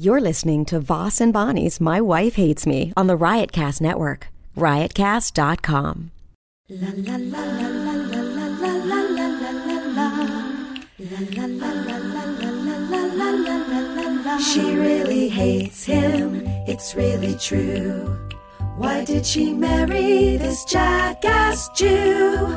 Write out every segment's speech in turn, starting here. You're listening to Voss and Bonnie's My Wife Hates Me on the Riotcast Network, riotcast.com. La la la la la la la la la la la la la. La la la la la la la la la la la la la. She really hates him, it's really true. Why did she marry this jackass Jew?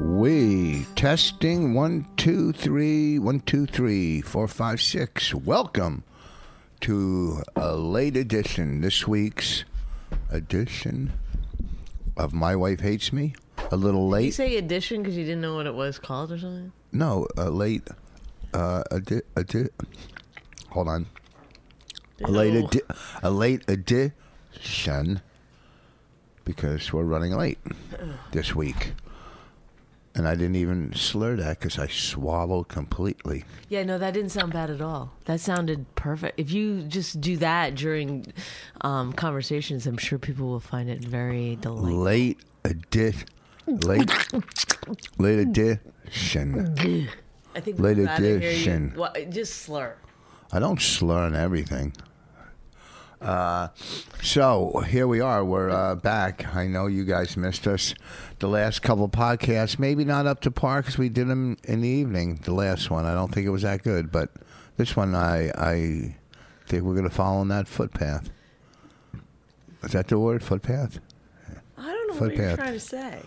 We testing one two three one two three four five six. Welcome to a late edition. This week's edition of My Wife Hates Me. A little You late. say edition because you didn't know what it was called or something? No, a late. Uh, edi- edi- hold on. A late Ew. edi- a late edition because we're running late this week. And I didn't even slur that because I swallowed completely. Yeah, no, that didn't sound bad at all. That sounded perfect. If you just do that during um, conversations, I'm sure people will find it very delightful. Late edit, late, late edition. I think Late we'd rather hear you- edition. Wha- just slur. I don't slur on everything. Uh, so here we are. We're uh, back. I know you guys missed us the last couple podcasts. Maybe not up to par because we did them in the evening. The last one, I don't think it was that good, but this one, I I think we're going to follow in that footpath. Is that the word? Footpath. I don't know what Footpath. you're trying to say.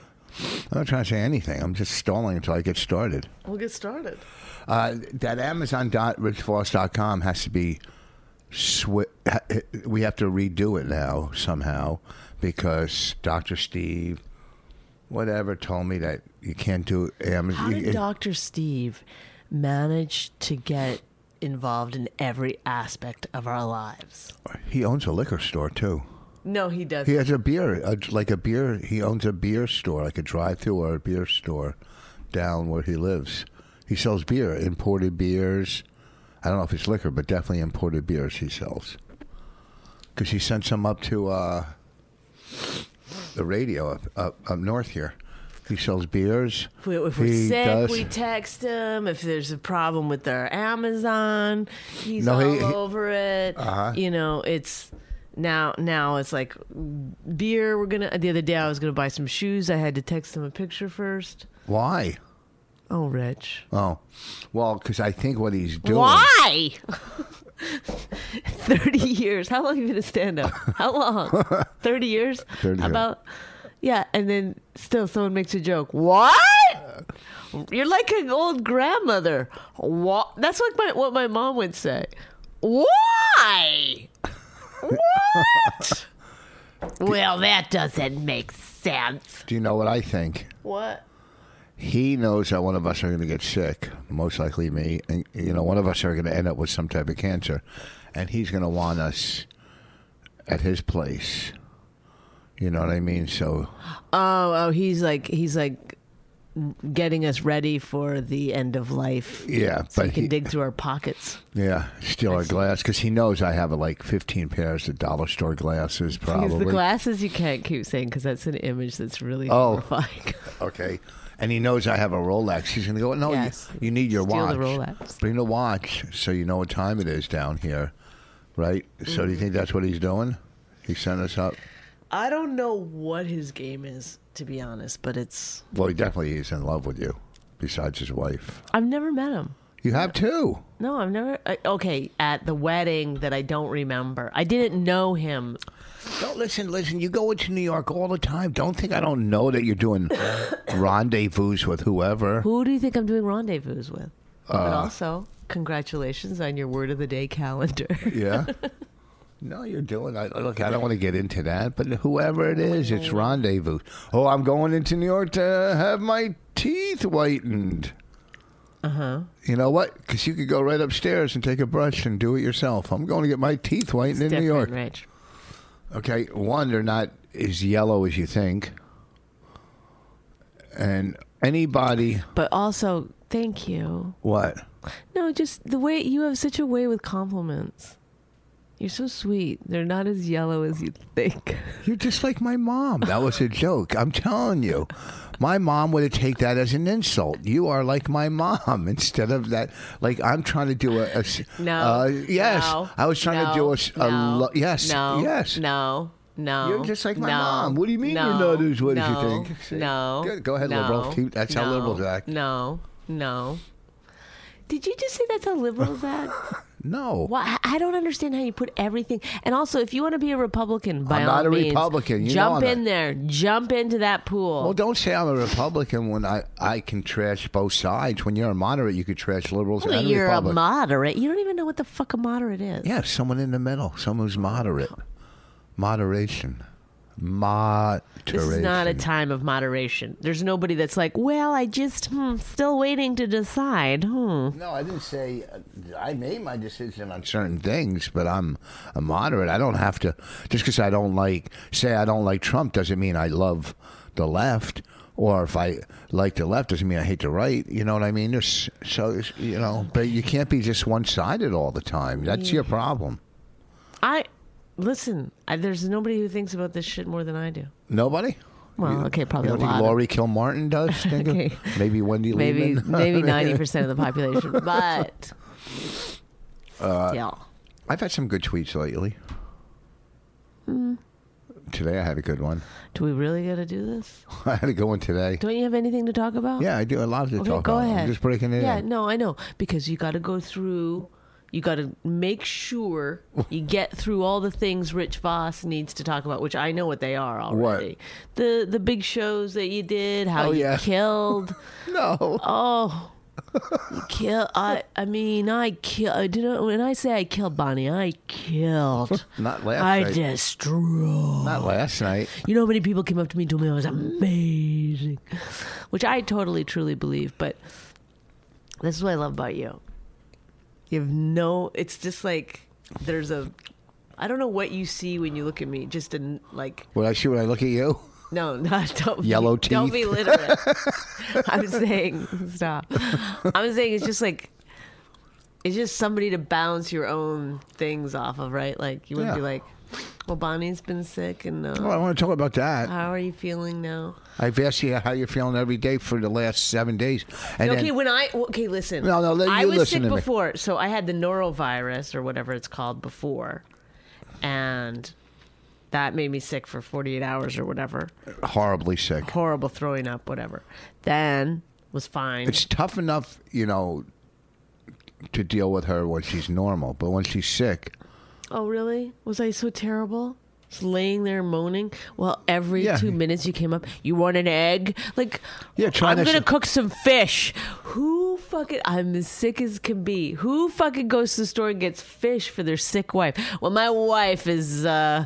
I'm not trying to say anything. I'm just stalling until I get started. We'll get started. Uh, that Amazon.richvoss.com has to be. Swi- ha- we have to redo it now somehow because Dr. Steve, whatever, told me that you can't do Amazon. How did Dr. Steve manage to get involved in every aspect of our lives? he owns a liquor store too. No, he doesn't. He has a beer, a, like a beer. He owns a beer store, like a drive-through or a beer store, down where he lives. He sells beer, imported beers. I don't know if it's liquor, but definitely imported beers he sells. Because he sent some up to uh, the radio up, up up north here. He sells beers. If, we, if we're He sick, does- we text him. If there's a problem with our Amazon, he's No, all he- Uh-huh. he- over it. You know, it's now now it's like beer. We're gonna. The other day, I was gonna buy some shoes. I had to text him a picture first. Why? Oh, Rich, Oh, well, because I think what he's doing. why? Thirty years. How long have you been a stand-up? How long? Thirty years. 30 years. About. Yeah, and then still someone makes a joke. What? You're like an old grandmother. What? That's like my what my mom would say. Why? What? well, that doesn't make sense. Do you know what I think? What? he knows that one of us are going to get sick, most likely me, and you know one of us are going to end up with some type of cancer, and he's going to want us at his place. You know what I mean? So Oh, oh, he's like he's like getting us ready for the end of life. yeah, So but he can he, dig through our pockets. yeah, steal our glass because he knows I have like fifteen pairs of dollar store glasses Because probably. the glasses you can't keep saying because that's an image that's really Oh. horrifying. Okay. And he knows I have a Rolex. He's going to go, no, Yes. you, you need your Steal watch. the Rolex. Bring the watch so you know what time it is down here, right? So do you Mm-hmm. think that's what he's doing? He sent us up? I don't know what his game is, to be honest, but it's Well, he definitely is in love with you, besides his wife. I've never met him. You have two. No, I've never. I, okay, at the wedding that I don't remember, I didn't know him. Don't listen, listen. You go into New York all the time. Don't think I don't know that you're doing rendezvous with whoever. Who do you think I'm doing rendezvous with? Uh, but also, congratulations on your word of the day calendar. Yeah. No, you're doing. I, look, I don't want to get into that, but whoever it is, it's rendezvous. Oh, I'm going into New York to have my teeth whitened. Uh huh. You know what? Because you could go right upstairs and take a brush and do it yourself. I'm going to get my teeth whitened in New York. Different, Rich. Okay, one, they're not as yellow as you think. And anybody, But also, thank you. what? No, just the way you have such a way with compliments. You're so sweet. They're not as yellow as you think. You're just like my mom. That was a joke. I'm telling you. My mom would have take that as an insult. You are like my mom instead of that. Like I'm trying to do a, a s- No. uh, yes. No. I was trying No. to do a, s- a No. lo- yes. No. Yes. No. No. You're just like my No. mom. What do you mean no. you're not as white as you no, think? See? No. Good. Go ahead, no, liberal. Keep- that's how no, liberals act. No. No. Did you just say that's how liberals act? No. Well, I- I don't understand how you put everything. And also, if you want to be a Republican, by I'm not all a means, Republican. You know jump I'm in not. there. Jump into that pool. Well, don't say I'm a Republican when I, I can trash both sides. When you're a moderate, you could trash liberals Only and you're a Republicans. moderate. You don't even know what the fuck a moderate is. Yeah, someone in the middle, someone who's moderate. Moderation. Moderation. This is not a time of moderation. There's nobody that's like, well, I just hmm, still waiting to decide. Hmm. No, I didn't say. uh, I made my decision on certain things, but I'm a moderate. I don't have to just because I don't like say I don't like Trump doesn't mean I love the left, or if I like the left doesn't mean I hate the right. You know what I mean? There's, so it's- you know, but you can't be just one sided all the time. That's your problem. I listen. I, there's nobody who thinks about this shit more than I do. Nobody. Well, okay, probably You a don't think lot. Lori Kilmartin does? Think of- Okay. Maybe Wendy maybe Lehman? maybe ninety percent of the population, but Uh, still. I've had some good tweets lately. Hmm. Today I had a good one. Do we really got to do this? I had a good one today. Don't you have anything to talk about? Yeah, I do a lot to Okay, talk go about. ahead. I'm just breaking it Yeah, in. no, I know because you got to go through. You got to make sure you get through all the things Rich Voss needs to talk about, which I know what they are already. The the big shows that you did, how Oh, you yeah. killed. No. Oh, you kill! I I mean, I kill. uh, I didn't. When I say I killed Bonnie, I killed. Not last I night. destroyed. Not last night. You know how many people came up to me and told me I was amazing, which I totally truly believe. But this is what I love about you. You have no. It's just like there's a. I don't know what you see when you look at me. Just in like Would I see when I look at you? no, no, don't. Yellow be, Don't teeth. be literate. I'm saying stop. I'm saying it's just like it's just somebody to bounce your own things off of, right? Like you would Yeah. not be like, "Well, Bonnie's been sick, and uh, Well, I want to talk about that. how are you feeling now?" I've asked you how you're feeling every day for the last seven days. And okay, then, when I okay, listen. No, no, let- I you was listen sick to me. before, so I had the norovirus or whatever it's called before, and that made me sick for 48 hours or whatever. horribly sick. Horrible throwing up, whatever. Then was fine. It's tough enough, you know, to deal with her when she's normal, but when she's sick, Oh, really? Was I so terrible? Just laying there moaning. Well, every Yeah. two minutes you came up, you want an egg? Like, Yeah, try I'm this- gonna cook some fish. Who fucking? I'm as sick as can be. Who fucking goes to the store and gets fish for their sick wife? Well, my wife is. uh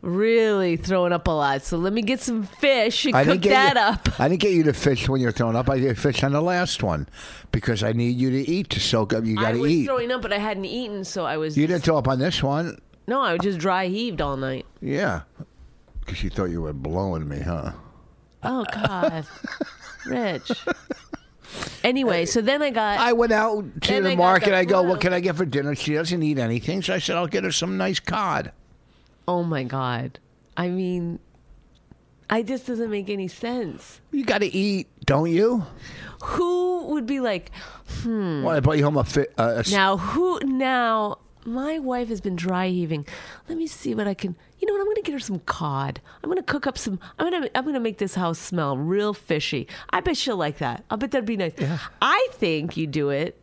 Really throwing up a lot, so let me get some fish and cook that you, up. I didn't get you to fish when you're throwing up. I get fish on the last one because I need you to eat to soak up. You got I to was eat. throwing up, but I hadn't eaten, so I was you didn't throw up on this one. no, I was just dry heaved all night. Yeah. Because you thought you were blowing me, huh? Oh God, Rich. Anyway, so then I got. I went out to Then the I got market. the I go, flu. what can I get for dinner? She doesn't eat anything. So I said, I'll get her some nice cod. oh my God. I mean, I just doesn't make any sense. You got to eat, don't you? Who would be like Well, I brought you home a fit. Uh, a s- Hmm. now? Who now? My wife has been dry heaving. Let me see what I can. You know what? I'm going to get her some cod. I'm going to cook up some. I'm going to. I'm going to make this house smell real fishy. I bet she'll like that. I bet that'd be nice. I think you do it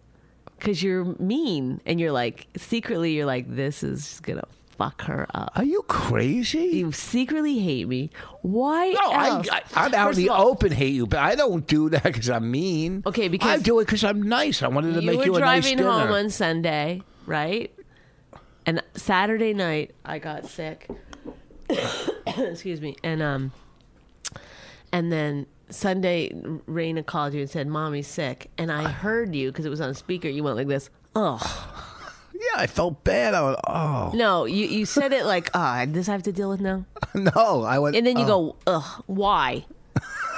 because you're mean and you're like secretly you're like this is gonna fuck her up. Are you crazy? You secretly hate me. Why? No, I, else? I, I'm out First in the of all, open hate you, but I don't do that because I'm mean. Okay, because- I do it because I'm nice. I wanted to You make were you a nice driving dinner. home on Sunday, right? And Saturday night I got sick. Excuse me. And um and then Sunday Raina called you and said, "Mommy's sick." And I heard you because it was on speaker. You went like this. Oh. yeah, I felt bad. I went, oh No, you, you said it like, oh, this I have to deal with now. no, I went. And then you oh, go, ugh, why?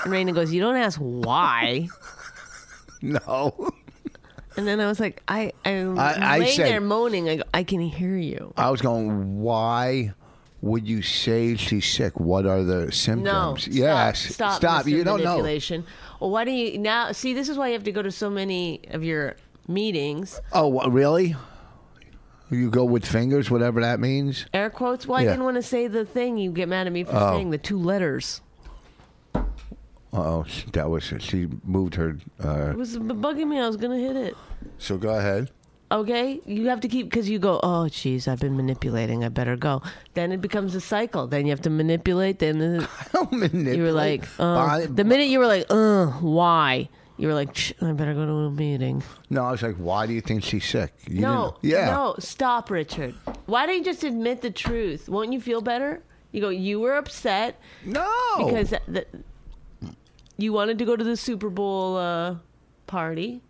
And Raina goes, you don't ask why. no. And then I was like, I, I'm I- I laying said- there moaning. I, go, I can hear you. I was going. Why would you say she's sick? What are the No, symptoms? stop, yes, stop. Mr. You don't know. manipulation. Well, why do you now? See, this is why you have to go to so many of your meetings. Oh, what, really? You go with fingers, whatever that means. Air quotes. Well, Yeah. I didn't want to say the thing. You get mad at me for saying the two letters. Oh, that was she moved her. Uh, It was b- bugging me. I was gonna hit it. so go ahead. Okay, you have to keep because you go. Oh, geez, I've been manipulating. I better go. Then it becomes a cycle. Then you have to manipulate. Then the, Don't manipulate. you were like, uh, Bonnie- the minute you were like, uh, why? You were like, "Ch- I better go to a meeting. No, I was like, why do you think she's sick? You No, didn't- Yeah. no, stop, Richard. Why don't you just admit the truth? Won't you feel better? You go, you were upset No. because th- th- you wanted to go to the Super Bowl uh, party,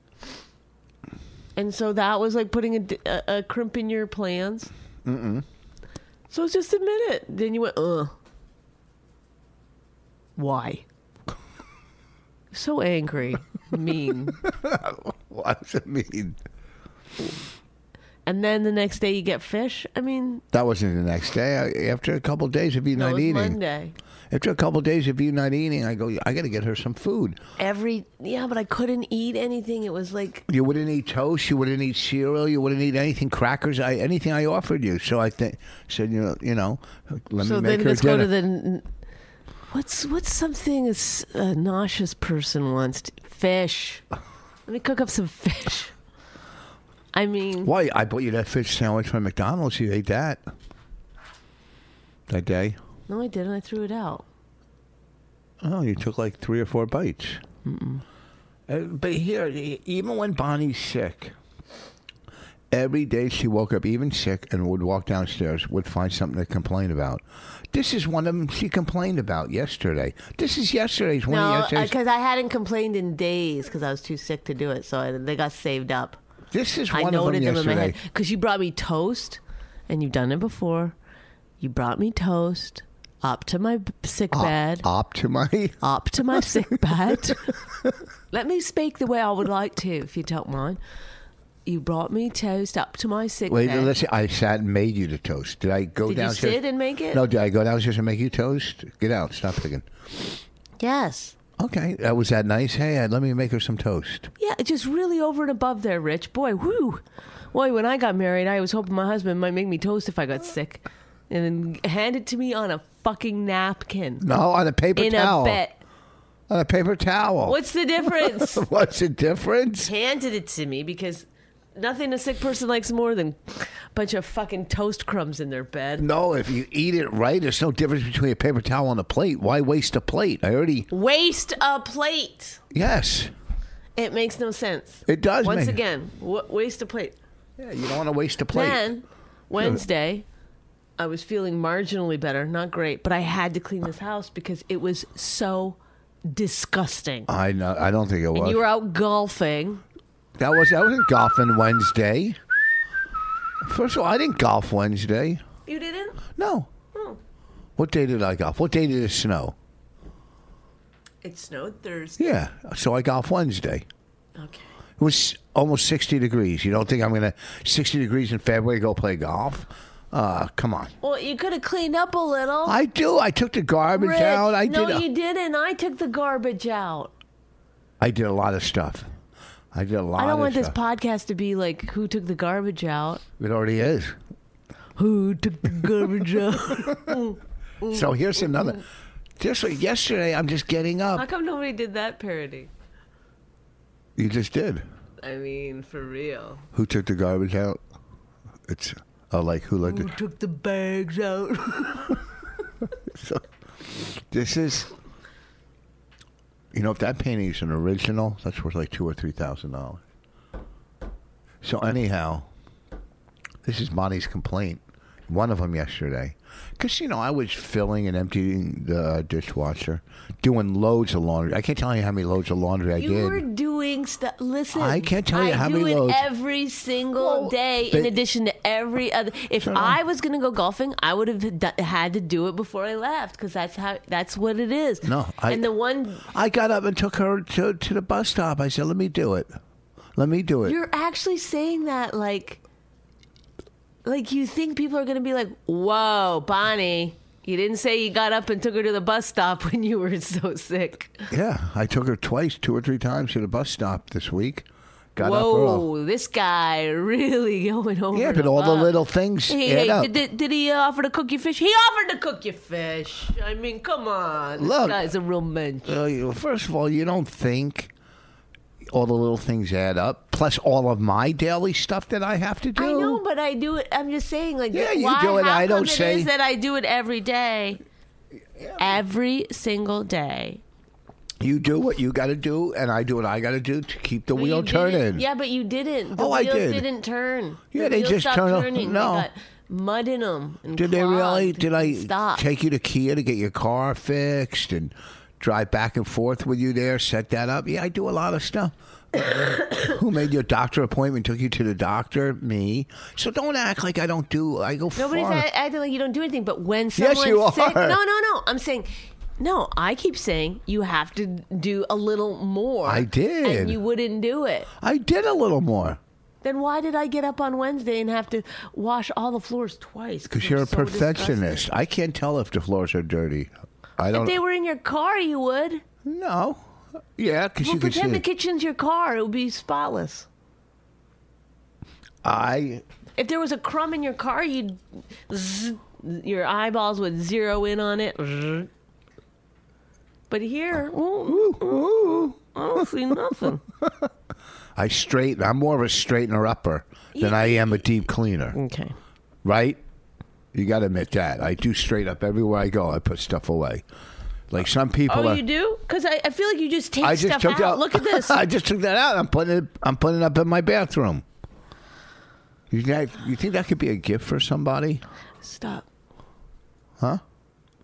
and so that was like putting a, d- a- a crimp in your plans. Mm-mm. So just admit it. Then you went, ugh. Why? so angry, mean. what does it mean? And then the next day you get fish. I mean, That wasn't the next day. I, after a couple days of you that not was eating, Monday. after a couple days of you not eating, I go, I got to get her some food. Every yeah, but I couldn't eat anything. It was like You wouldn't eat toast. You wouldn't eat cereal. You wouldn't eat anything, crackers, I, anything I offered you. So I think said, you know, you know, let me so. Then make her let's go dinner. to the n- what's what's something a, s- a nauseous person wants to, fish. Let me cook up some fish. I mean, Why I bought you that fish sandwich from McDonald's. You ate that that day. no, I didn't. I threw it out. Oh, you took like three or four bites. Uh, but here, e- even when Bonnie's sick, every day she woke up, even sick, and would walk downstairs, would find something to complain about. This is one of them she complained about yesterday. This is yesterday's one No, of yesterday's. because I hadn't complained in days because I was too sick to do it. So I, they got saved up. this is I one of them noted them, in my yesterday. head because you brought me toast, and you've done it before. You brought me toast up to my b- sick Ah, bed, Op to my. up to my sick bed. Let me speak the way I would like to, if you don't mind. You brought me toast up to my sick Wait, bed. let's see. I sat and made you the toast. Did I go Did you downstairs? sit and make it? No, did I go downstairs and make you toast? Get out. Stop thinking. Yes. Okay, uh, was that nice? Hey, uh, let me make her some toast. Yeah, just really over and above there, Rich. Boy, whoo. Boy, when I got married, I was hoping my husband might make me toast if I got sick. And then hand it to me on a fucking napkin. No, on a paper In towel. a bet. On a paper towel. What's the difference? What's the difference? handed it to me because nothing a sick person likes more than a bunch of fucking toast crumbs in their bed. No, if you eat it right, there's no difference between a paper towel and a plate. Why waste a plate? I already. Waste a plate. Yes, It makes no sense. it does. Once make- again, w- waste a plate. yeah, you don't want to waste a plate. Then Wednesday, I was feeling marginally better, not great, but I had to clean this house because it was so disgusting. I know. I don't think it was. And you were out golfing. that was. I wasn't golfing Wednesday. First of all, I didn't golf Wednesday. You didn't? No. Hmm. What day did I golf? What day did it snow? It snowed Thursday. Yeah, so I golf Wednesday. Okay. It was almost 60 degrees. You don't think I'm going to 60 degrees in February go play golf? Uh, come on. Well, you could have cleaned up a little. I do. I took the garbage Rich, out. I no, did. a- you didn't. I took the garbage out. I did a lot of stuff. I did a lot. I don't of want this stuff. podcast to be like who took the garbage out. It already is. Who took the garbage out? So here's Mm-hmm. another. Just like yesterday, I'm just getting How up. come nobody did that parody? You just did. I mean, for real. Who took the garbage out? It's oh, like who let Who the took the bags out? so, this is. You know, if that painting is an original, that's worth like two or three thousand dollars. So anyhow, this is Monty's complaint. One of them yesterday, because you know I was filling and emptying the dishwasher, doing loads of laundry. I can't tell you how many loads of laundry I you did. were doing stuff. Listen, I can't tell you I how do many it loads- every single Well, day. in but- addition to every other, if Turn I on. was going to go golfing, I would have d- had to do it before I left because that's how that's what it is. No, I- and the one I got up and took her to, to the bus stop. I said, "Let me do it. Let me do it." you're actually saying that like, like you think people are going to be like, "Whoa, Bonnie." You didn't say you got up and took her to the bus stop when you were so sick. yeah, I took her twice, two or three times to the bus stop this week. Got up early. Whoa, this guy really going over. Yeah, but all the buck. little things Hey, add hey, up. did, did, did he uh, offer to cook your fish? He offered to cook your fish. I mean, come on. This Look. guy's a real mensch. Uh, you- first of all, you don't think all the little things add up. Plus, all of my daily stuff that I have to do. I know, but I do it. I'm just saying, like, Yeah, you why, do it, How I come don't it say- is that I do it every day, every single day. You do what you got to do, and I do what I got to do to keep the But wheel you didn't- turning. Yeah, but you didn't. The Oh, I wheels did. not turn. Yeah, The they wheels just stopped turn off- turning. They no. got mud in them. And Did they really? clogged. Did I stop? take you to Kia to get your car fixed and drive back and forth with you there? Set that up? Yeah, I do a lot of stuff. Who made your doctor appointment? Took you to the doctor? Me. So don't act like I don't do. I go Nobody's far. a- acting like you don't do anything. But when Yes, someone's you sick, are. no, no, no. I'm saying, no. I keep saying you have to do a little more. I did. and you wouldn't do it. I did a little more Then why did I get up on Wednesday and have to wash all the floors twice? because I'm you're a so perfectionist. disgusted. I can't tell if the floors are dirty. I If don't. they were in your car, you would. no. Yeah, because Well, you can see. pretend the it. kitchen's your car; it would be spotless. I If there was a crumb in your car, you'd zzz, your eyeballs would zero in on it. Zzz. But here, ooh, ooh, I don't see nothing. I straighten. I'm more of a straightener upper than I am a deep cleaner. Okay. right? You got to admit that. I do straight up everywhere I go. I put stuff away. Like some people, Oh, are, you do? Because I, I feel like you just take I just stuff took out. out. Look at this. I just took that out. I'm putting it. I'm putting it up in my bathroom. You think, you think that could be a gift for somebody? Stop. Huh?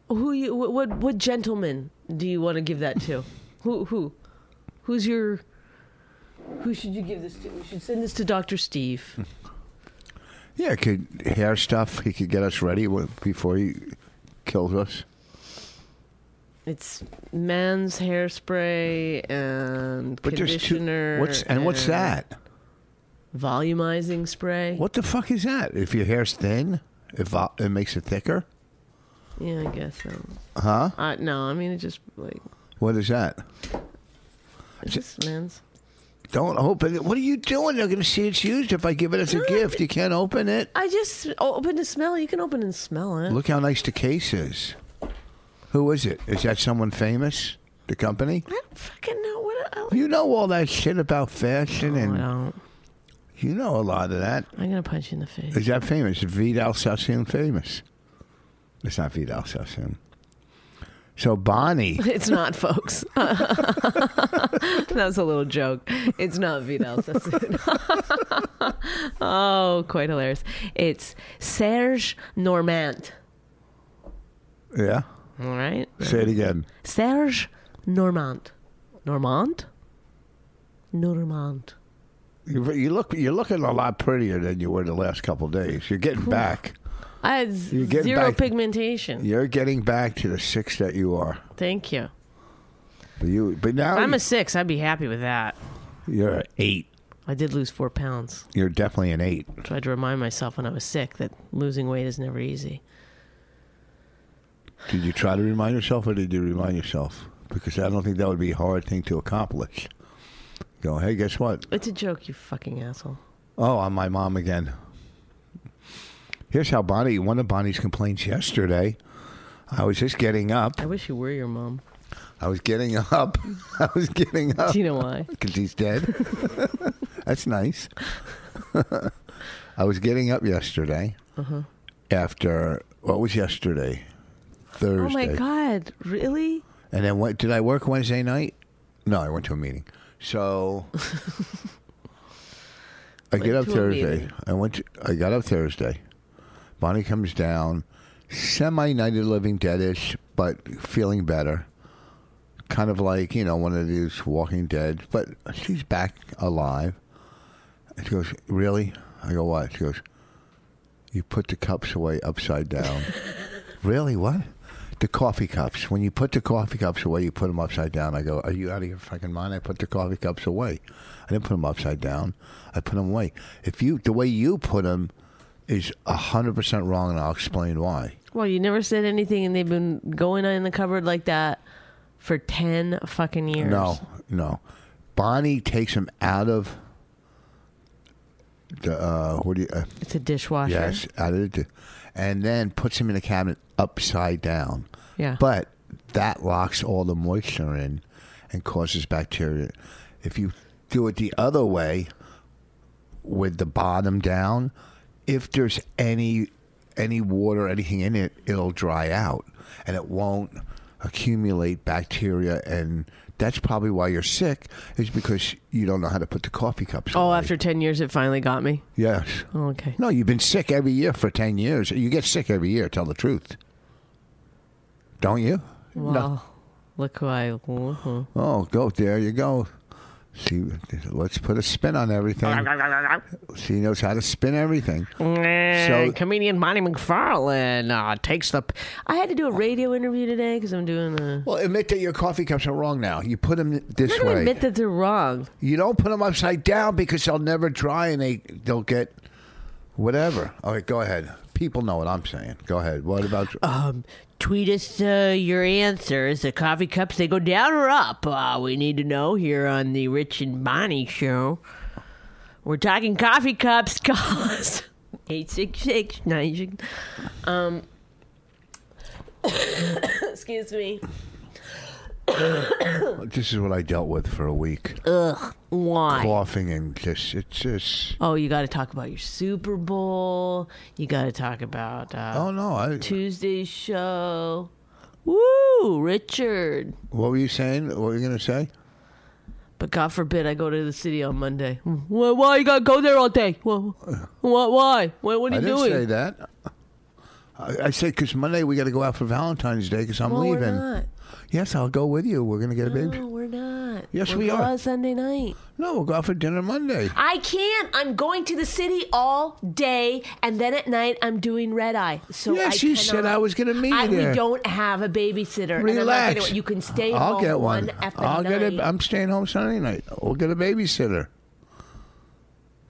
Who you? What, what? What gentleman do you want to give that to? who? Who? Who's your? Who should you give this to? We should send this to Doctor Steve. Yeah, could hair stuff. He could get us ready wi- before he kills us. It's man's hairspray and But there's two. conditioner. What's and what's that? Volumizing spray. What the fuck is that? If your hair's thin, it, vol- it makes it thicker. Yeah, I guess so. Huh? Uh, no, I mean it just like What is that? it's just man's. Don't open it. What are you doing? They're going to see it's used if I give it as a gift. You can't open it. I just open to smell. You can open and smell it. Look how nice the case is. Who is it? Is that someone famous? The company? I don't fucking know what. I, You know all that shit about fashion I and don't. you know a lot of that. I'm gonna punch you in the face. Is that famous? Vidal Sassoon famous? It's not Vidal Sassoon. So Bonnie. It's not, folks. that was a little joke. It's not Vidal Sassoon. oh, quite hilarious. It's Serge Normand. Yeah. All right. Say it again. Serge Normand. Normand? Normand. You, you look. You're looking a lot prettier than you were the last couple days. You're getting back. I had You're z- getting zero back- pigmentation. You're getting back to the six that you are. Thank you. But you. But now I'm a six. I'd be happy with that. you're an eight. I did lose four pounds. You're definitely an eight. Tried to remind myself when I was sick that losing weight is never easy. Did you try to remind yourself, or did you remind yourself? Because I don't think that would be a hard thing to accomplish. Go, hey, guess what? It's a joke, you fucking asshole. Oh, I'm my mom again. Here's how Bonnie. One of Bonnie's complaints yesterday. I was just getting up. I wish you were your mom. I was getting up. I was getting up Do you know why? because he's dead. That's nice. I was getting up yesterday Uh-huh. after what was yesterday, Thursday. Oh my God. Really? And then what, did I work Wednesday night? No, I went to a meeting. So I get Went up to a Thursday. meeting. I went. To, I got up Thursday. Bonnie comes down, semi nighted living deadish, but feeling better. Kind of like you know one of these Walking Dead, but she's back alive. And she goes, "Really?" I go, "What?" She goes, "You put the cups away upside down." Really? What? The coffee cups. When you put the coffee cups away, you put them upside down. I go, Are you out of your fucking mind? I put the coffee cups away. I didn't put them upside down. I put them away. If you, the way you put them is 100% wrong, and I'll explain why. Well, you never said anything, and they've been going in the cupboard like that for 10 fucking years. No, no. Bonnie takes them out of the, uh, what do you, uh, It's a dishwasher. Yes, out of the, d- and then puts them in a cabinet upside down. Yeah. But that locks all the moisture in and causes bacteria. If you do it the other way, with the bottom down, if there's any any water, anything in it, it'll dry out and it won't accumulate bacteria and that's probably why you're sick is because you don't know how to put the coffee cups Oh, away. after 10 years, it finally got me. yes Oh, okay. no, you've been sick every year for 10 years. You get sick every year, tell the truth. Don't you? Wow. No. Look who I. uh-huh. Oh, go. There you go. See, let's put a spin on everything. She knows how to spin everything. Eh, comedian Bonnie McFarlane uh, takes the. p- I had to do a radio interview today because I'm doing a. Well, admit that your coffee cups are wrong now. You put them I'm this not gonna way. admit that they're wrong. you don't put them upside down because they'll never dry and they, they'll get whatever. All right, go ahead. People know what I'm saying. Go ahead. What about. Uh. Tweet us uh, your answers. The coffee cups, they go down or up? Uh, we need to know here on the Rich and Bonnie show. We're talking coffee cups. Call us 866 Um, Excuse me. this is what I dealt with for a week Uh. Why? coughing and just. It's just. Oh, you got to talk about your Super Bowl. You got to talk about uh, Oh no! I, Tuesday's show. Woo, Richard. what were you saying? What were you gonna say? But God forbid I go to the city on Monday. Why, why you gotta go there all day? Why? Why? why? What, what are I you didn't doing? say that. I, I said because Monday we got to go out for Valentine's Day because I'm No, leaving. we're not. Yes, I'll go with you. We're gonna get a baby. No, we're not. Yes, We're we going are. on Sunday night. No, we'll go out for dinner Monday. I can't. I'm going to the city all day, and then at night I'm doing red eye. So Yes, I you said cannot- I was gonna meet you I- there. We don't have a babysitter. and I'm not Relax. getting one. you can stay. I'll home get one. effing I'll night. get it. I'm staying home Sunday night. We'll get a babysitter.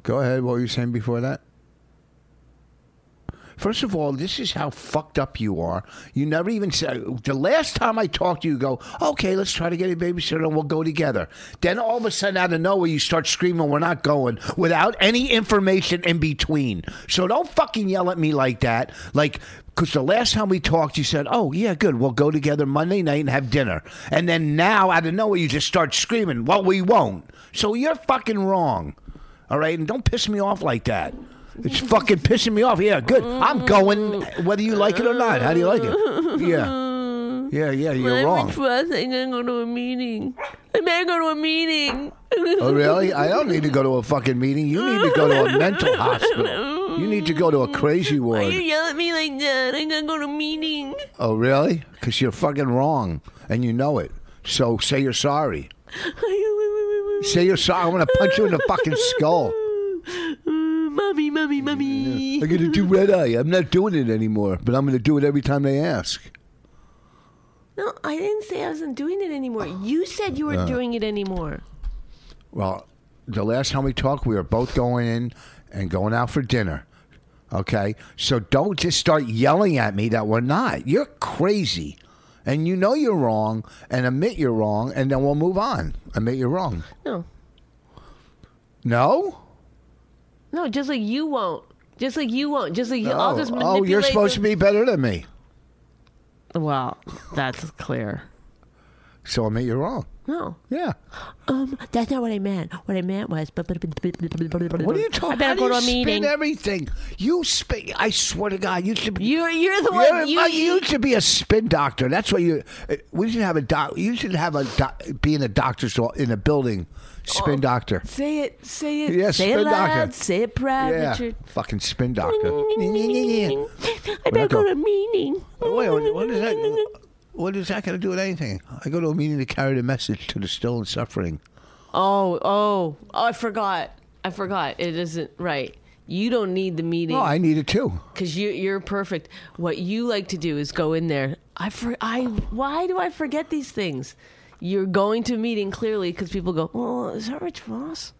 Go ahead. What were you saying before that? First of all, this is how fucked up you are. You never even said. The last time I talked to you, you go, okay, let's try to get a babysitter and we'll go together. Then all of a sudden, out of nowhere, you start screaming, we're not going without any information in between. So don't fucking yell at me like that. Like, because the last time we talked, you said, oh, yeah, good, we'll go together Monday night and have dinner. And then now, out of nowhere, you just start screaming, well, we won't. So you're fucking wrong. All right, and don't piss me off like that. It's fucking pissing me off. Yeah, good. I'm going whether you like it or not. How do you like it? Yeah. Yeah, yeah, you're I'm wrong. with Russ. I'm gonna go to a meeting. I'm gonna go to a meeting. Oh, really? I don't need to go to a fucking meeting. You need to go to a mental hospital. You need to go to a crazy Why you ward. yell at me like that? I'm gonna go to a meeting. Oh, really? Because you're fucking wrong and you know it. So say you're sorry. Say you're sorry. I want to punch you in the fucking skull. Mommy, mommy, mommy. I'm going to do red eye. I'm not doing it anymore, but I'm going to do it every time they ask. No, I didn't say I wasn't doing it anymore. You said you were Uh. doing it anymore. Well, the last time we talked, we were both going in and going out for dinner. Okay? So don't just start yelling at me that we're not. You're crazy. And you know you're wrong and admit you're wrong and then we'll move on. Admit you're wrong. No, No? no, just like you won't. Just like you won't. Just like you, I'll oh, just manipulate. oh, you're supposed to be better than me. Well, that's clear. So admit you're wrong. No. Yeah. Um, that's not what I meant. What I meant was. What What are you talking? I better how do you go to a meeting. Spin everything. You spin. I swear to God, you should. Be, You're- you're the one- You're- you- I- you should be a spin doctor. That's what you. uh, We should have a doc. You should have a doc, be in a doctor's o- in a building. Oh. Spin doctor. say it. Say it. Yeah, say spin it loud. doctor. Say it proud, yeah. Richard. Fucking spin doctor. I better go to a meeting. Oh, Wait, what what is that? What is that going to do with anything? I go to a meeting to carry the message to the still and suffering. Oh, oh, oh! I forgot. I forgot. It isn't right. You don't need the meeting Oh, I need it too. because you you're perfect. What you like to do is go in there. I for I why do I forget these things? You're going to a meeting clearly because people go, "Well, is that Rich Voss?"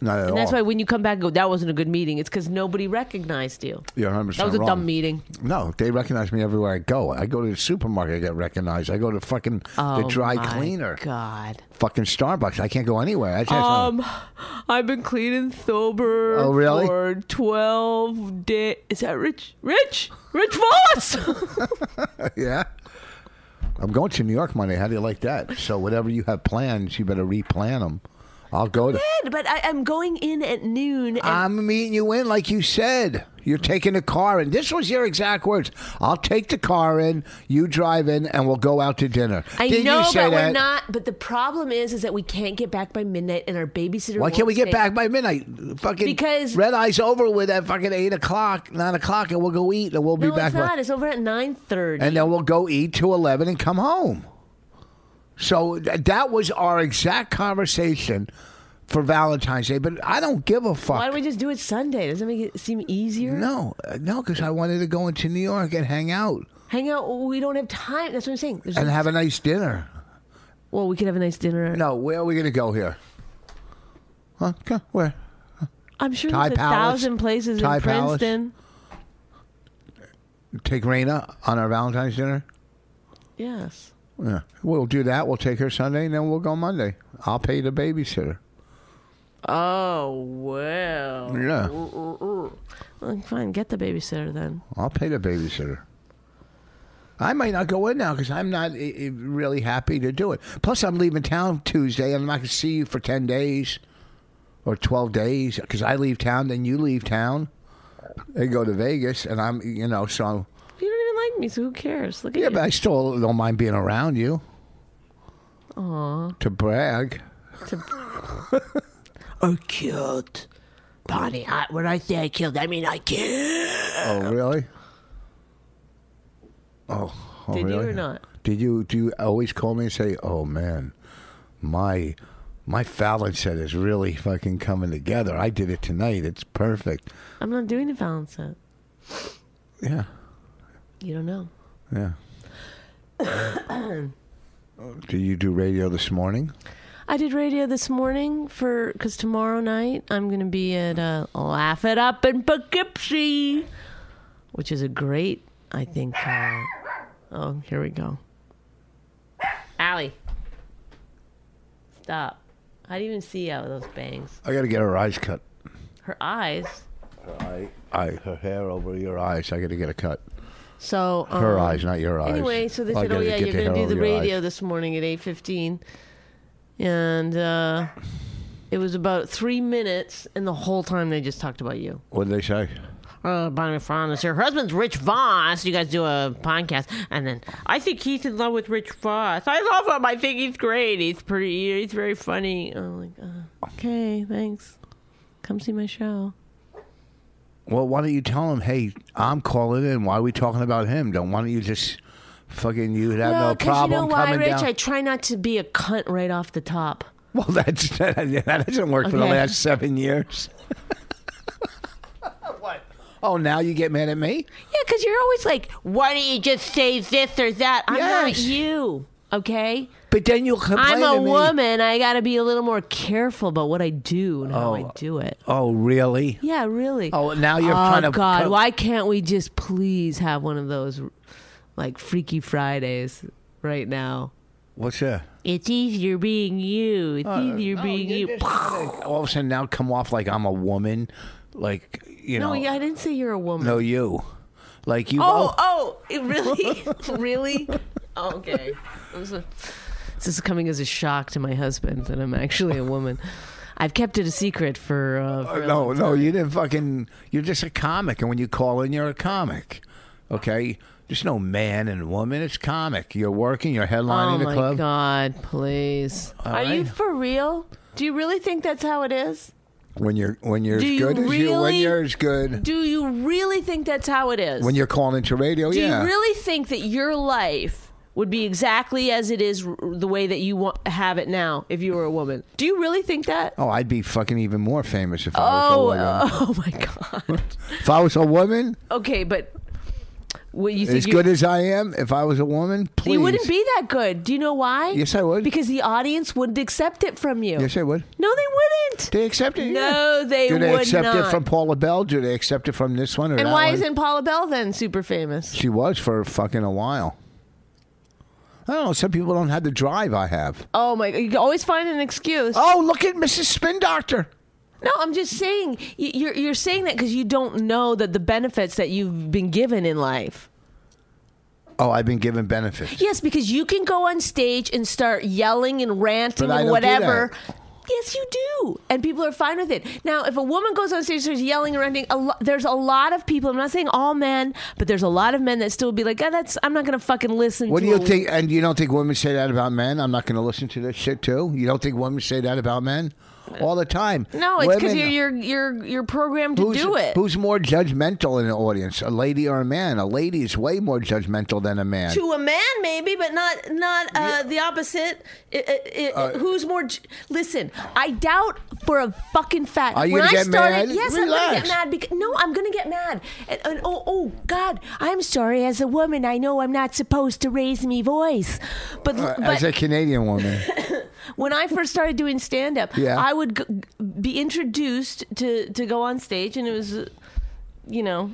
Not at And that's all. why when you come back and go, "That wasn't a good meeting," it's because nobody recognized you. You're 100% That was a wrong. dumb meeting. No, they recognize me everywhere I go. I go to the supermarket, I get recognized. I go to fucking the dry Oh my cleaner, God. fucking Starbucks. I can't go anywhere. I can't Um, I've been clean and sober. Oh, really? For twelve days. Is that Rich? Rich? Rich Voss? yeah. I'm going to New York Monday. How do you like that? So whatever you have plans, you better replan them. I'll go to. Good, but I, I'm going in at noon. And I'm meeting you in, like you said. You're taking the car in. This was your exact words. I'll take the car in. You drive in, and we'll go out to dinner. I Did know, you say but that? we're not. But the problem is, is that we can't get back by midnight, and our babysitter. Why can't won't we get stay. back by midnight? Fucking Because- red eye's over with at fucking eight o'clock, nine o'clock, and we'll go eat, and we'll No, be back. it's by- not. It's over at nine thirty. and then we'll go eat to eleven and come home. So th- that was our exact conversation for Valentine's Day. But I don't give a fuck. Why don't we just do it Sunday? Doesn't that make it seem easier? no, uh, no, because I wanted to go into New York and hang out Hang out. We don't have time. That's what I'm saying. There's and have a nice dinner. well, we could have a nice dinner. No, where are we gonna go here? Huh? Go- Where? I'm sure Thai there's a Palace. thousand places Thai in Palace. Princeton. Take Raina on our Valentine's dinner. Yes. Yeah. We'll do that. We'll take her Sunday and then we'll go Monday. I'll pay the babysitter. Oh well. Yeah. Well, fine. Get the babysitter then. I'll pay the babysitter. I might not go in now because I'm not i- i- really happy to do it. Plus, I'm leaving town Tuesday and I'm not going to see you for 10 days or 12 days because I leave town, then you leave town. They go to Vegas and I'm, you know, so. You don't even like me, so who cares? Look at Yeah, you. but I still don't mind being around you. Aww. To brag. I killed. Bonnie, I, when I say I killed, I mean I killed. Oh, really? Oh, oh, Did you really? or not? Did you do you always call me and say, "Oh man, my my Fallon set is really fucking coming together. I did it tonight. It's perfect." I'm not doing a Fallon set. Yeah, You don't know. yeah. Did you do radio this morning? I did radio this morning for because tomorrow night I'm going to be at uh, Laugh It Up in Poughkeepsie, which is a great, I think. Uh, oh, here we go. Allie, stop! I do you even see out with those bangs? I got to get her eyes cut. Her eyes. Her eye, eye, her hair over your eyes. I got to get a cut. So um, Her eyes, not your eyes. Anyway, so they I said, "Oh gotta yeah, get you're the going hair to do over the your eyes." radio this morning at 8:15," and uh, it was about three minutes, and the whole time they just talked about you. What did they say? Uh, Bonnie Fran is here. Her husband's Rich Voss. You guys do a podcast, and then I think he's in love with Rich Voss. I love him. I think he's great. He's pretty. He's very funny. I'm like, uh, okay, thanks. Come see my show. Well, why don't you tell him, hey, I'm calling in. Why are we talking about him? Don't why don't you just fucking you'd have no you problem know why, coming Rich? down. I try not to be a cunt right off the top. Well, that's that, that hasn't worked for the Okay. last seven years. what? Oh, now you get mad at me? Yeah, because you're always like, why don't you just say this or that? I'm Yes. not you, okay? But then you'll complain. I'm a to me. woman. I got to be a little more careful about what I do and how I do it. Oh, really? Yeah, really. Oh, now you're trying to God, co- why can't we just please have one of those like Freaky Fridays right now? What's that? It's easier being you. It's Uh, easier being you. All of a sudden, now come off like I'm a woman, like you no, know. yeah, I didn't say you're a woman. No, you. Like you. Oh, oh, it really, really. Okay. Oh, I'm so- This is coming as a shock to my husband that I'm actually a woman. I've kept it a secret for. Uh, Uh, for a no, long no, time. you didn't fucking. You're just a comic, and when you call in, you're a comic. Okay, there's no man and woman. It's comic. You're working. You're headlining Oh the my club. God! Please, All are you right. for real? Do you really think that's how it is? When you're when you're Do as you good as you when really- you're as good Do you really think that's how it is? when you're calling into radio. Do yeah, you really think that your life would be exactly as it is r- the way that you want have it now if you were a woman? Do you really think that? Oh, I'd be fucking even more famous if I was a Oh, woman. oh my God. if I was a woman, Okay, but what you think as you, good as I am, if I was a woman, please. you wouldn't be that good. Do you know why? Yes, I would. Because the audience wouldn't accept it from you. Yes, I would. no, they wouldn't. They accept it. No, yeah. they Do they would accept it not. from Paula Bell? Do they accept it from this one or and that why one? isn't Paula Bell then super famous? She was for fucking a while. I don't know. Some people don't have the drive I have. Oh my! You can always find an excuse. Oh, look at Mrs. Spin Doctor. No, I'm just saying y- you're you're saying that because you don't know that the benefits that you've been given in life. Oh, I've been given benefits. Yes, because you can go on stage and start yelling and ranting But I don't and do whatever. Yes, you do, and people are fine with it. Now, if a woman goes on stage and starts yelling and ranting, a lo- there's a lot of people. I'm not saying all men, but there's a lot of men that still be like, "Ah, "That's I'm not going to fucking listen." What to do you a- think? And you don't think women say that about men? I'm not going to listen to this shit too. You don't think women say that about men all the time? No, it's because Women- you're you're you're you're programmed to who's, do it. Who's more judgmental in the audience, a lady or a man? A lady is way more judgmental than a man. to a man maybe but not not uh, the opposite I- I- I- Uh, who's more j- listen i doubt for a fucking fact Are you when gonna i get mad? started yes i'm gonna Relax. get mad because no i'm gonna get mad and, and oh oh god i'm sorry as a woman i know i'm not supposed to raise me voice but Uh, but As a Canadian woman, when I first started doing stand up, Yeah. I would g- be introduced to to go on stage, and it was, uh, you know,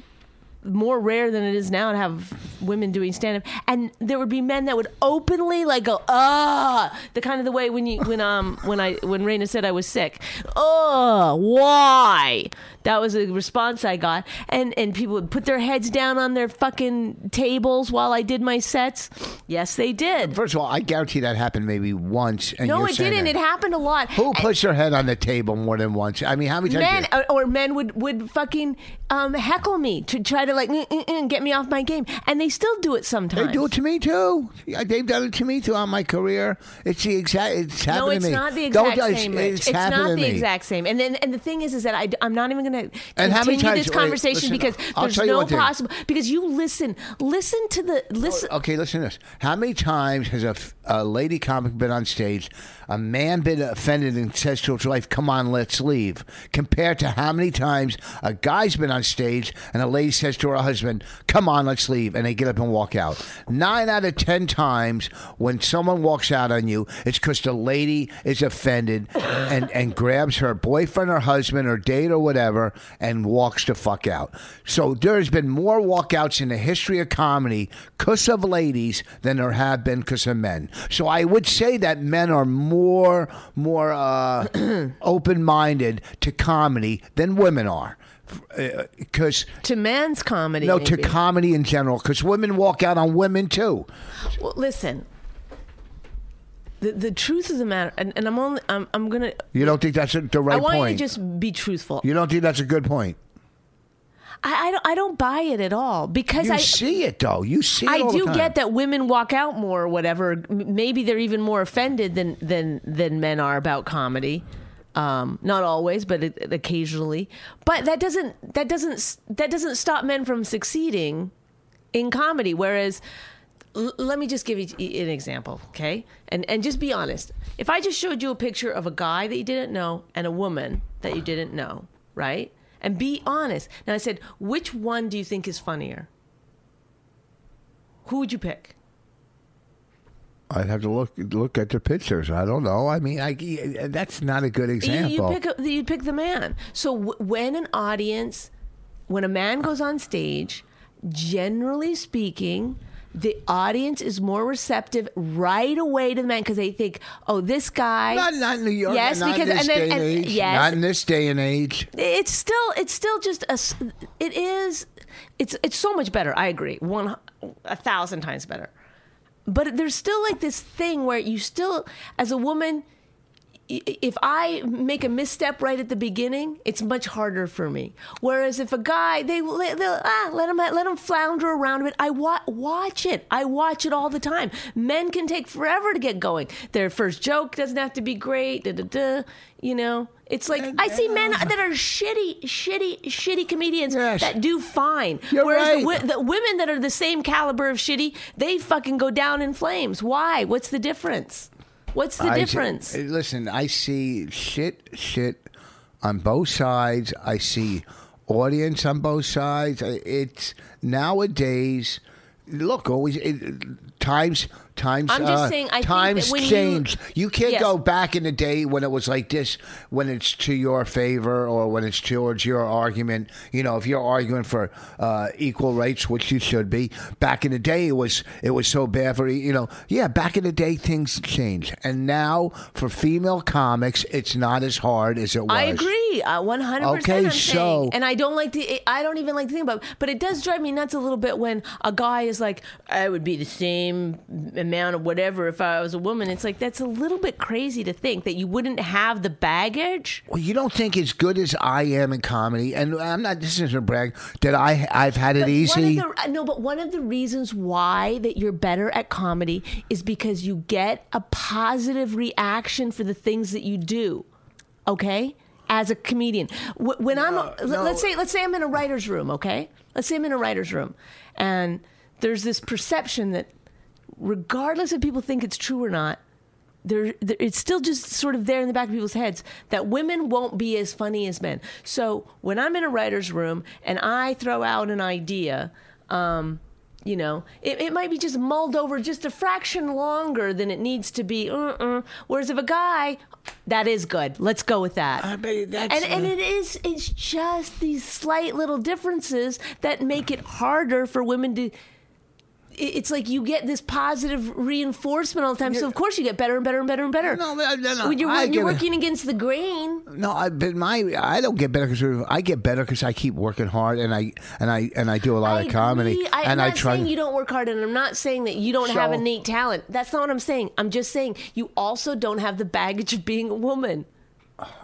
more rare than it is now to have women doing stand up. And there would be men that would openly like go, ah, the kind of the way when you when um when I when Raina said I was sick, oh why? That was the response I got, and and people would put their heads down on their fucking tables while I did my sets. Yes, they did. first of all, I guarantee that happened maybe once. And No, you're it saying didn't. that. It happened a lot. Who puts their head on the table more than once? I mean, how many times? men or- or men would would fucking um, heckle me to try to like mm, mm, mm, get me off my game, and they still do it sometimes. They do it to me too. Yeah, They've done it to me throughout my career. It's the exact. It's happened no, to it's me. not the Don't- exact it's- same. Rich. It's, It's, happened not to the me. exact same. And then, and the thing is, is that I, am not even going to And how many continue times- this wait, conversation listen, because I'll there's tell you no one thing. possible. Because you listen, listen to the listen. Okay, listen to this. How many times has a, f- a lady comic been on stage, a man been offended and says to his wife, "Come on, let's leave," compared to how many times a guy's been on stage and a lady says to her husband, "Come on, let's leave," and they get up and walk out. Nine out of ten times when someone walks out on you, it's because the lady is offended and and grabs her boyfriend or husband or date or whatever and walks the fuck out. So there's been more walkouts in the history of comedy because of ladies than there have been because of men. So I would say that men are more more uh, open minded to comedy than women are. Uh, Because to men's comedy, no, to maybe. comedy in general, because women walk out on women too. Well, listen. The, the truth of the matter, and, and I'm only I'm, I'm gonna. You don't think that's a, the right I want point? you to just be truthful. you don't think that's a good point? I, I don't I don't buy it at all because You I see it though. You see. It I all the do time. get that women walk out more or whatever. M- Maybe they're even more offended than than than men are about comedy. Um, not always, but it, occasionally. But that doesn't that doesn't s- that doesn't stop men from succeeding in comedy. Whereas, l- let me just give you e, an example, okay? And and just be honest. If I just showed you a picture of a guy that you didn't know and a woman that you didn't know, right? And be honest. And I said, which one do you think is funnier? Who would you pick? I'd have to look look at the pictures. I don't know. I mean, I, that's not a good You, example. you pick a, you pick the man. So w- when an audience, when a man goes on stage, generally speaking, the audience is more receptive right away to the man because they think, "Oh, this guy." not not in New York. Yes, not because in this and then day and, age. yes, Not in this day and age. it's still it's still just a s- it is it's it's so much better i agree one a thousand times better But there's still like this thing where you still, as a woman, i- if I make a misstep right at the beginning, it's much harder for me. Whereas if a guy, they will they'll, ah, let him let him flounder around a bit. I wa- watch it. I watch it all the time. Men can take forever to get going. Their first joke doesn't have to be great. Da da da. You know, it's like I see men that are shitty, shitty, shitty comedians Yes. that do fine. You're Whereas the, right. wi- the women that are the same caliber of shitty, they fucking go down in flames. Why? What's the difference? What's the I ju- difference? eh, listen, I see shit, shit on both sides. I see audience on both sides. I- It's nowadays. Look, always it, times times. I'm just uh, saying, I think that times when you- change. You, can't Yes. go back in the day when it was like this. When it's to your favor or when it's towards your argument. You know, if you're arguing for uh, equal rights, which you should be. Back in the day, it was it was so bad for you know. Yeah, back in the day, things change, and now for female comics, it's not as hard as it was. I agree, uh, one hundred Okay, percent. I'm so- saying, and I don't like to. I don't even like to think about. It, but it does drive me nuts a little bit when a guy is like, "I would be the same amount of whatever if I was a woman." It's like that's a little bit crazy to think that you wouldn't have the baggage. Well, you don't think as good as I am in comedy, and I'm not. This isn't a brag that I I've had it But easy. One of the, uh, no, but one of the reasons why that you're better at comedy is because you get a positive reaction for the things that you do. Okay, as a comedian, Wh- when I'm let- let's say let's say I'm in a writer's room. Okay, let's say I'm in a writer's room, and there's this perception that, regardless if people think it's true or not. There, there, it's still just sort of there in the back of people's heads that women won't be as funny as men. So when I'm in a writer's room and I throw out an idea, um, you know, it, it might be just mulled over just a fraction longer than it needs to be. Uh-uh. Whereas if a guy, that is good. Let's go with that. I mean, that's, and and it is it's just these slight little differences that make it harder for women to. it- It's like you get this positive reinforcement all the time, so of course you get better and better and better and better. No, no, no, no. When you're, I when you're get it. working against the grain, No, I but my I don't get better because I get better because I keep working hard and I and I and I do a lot I of comedy agree. I, am and not I try. saying you don't work hard, and I'm not saying that you don't have So- innate talent. That's not what I'm saying. I'm just saying you also don't have the baggage of being a woman.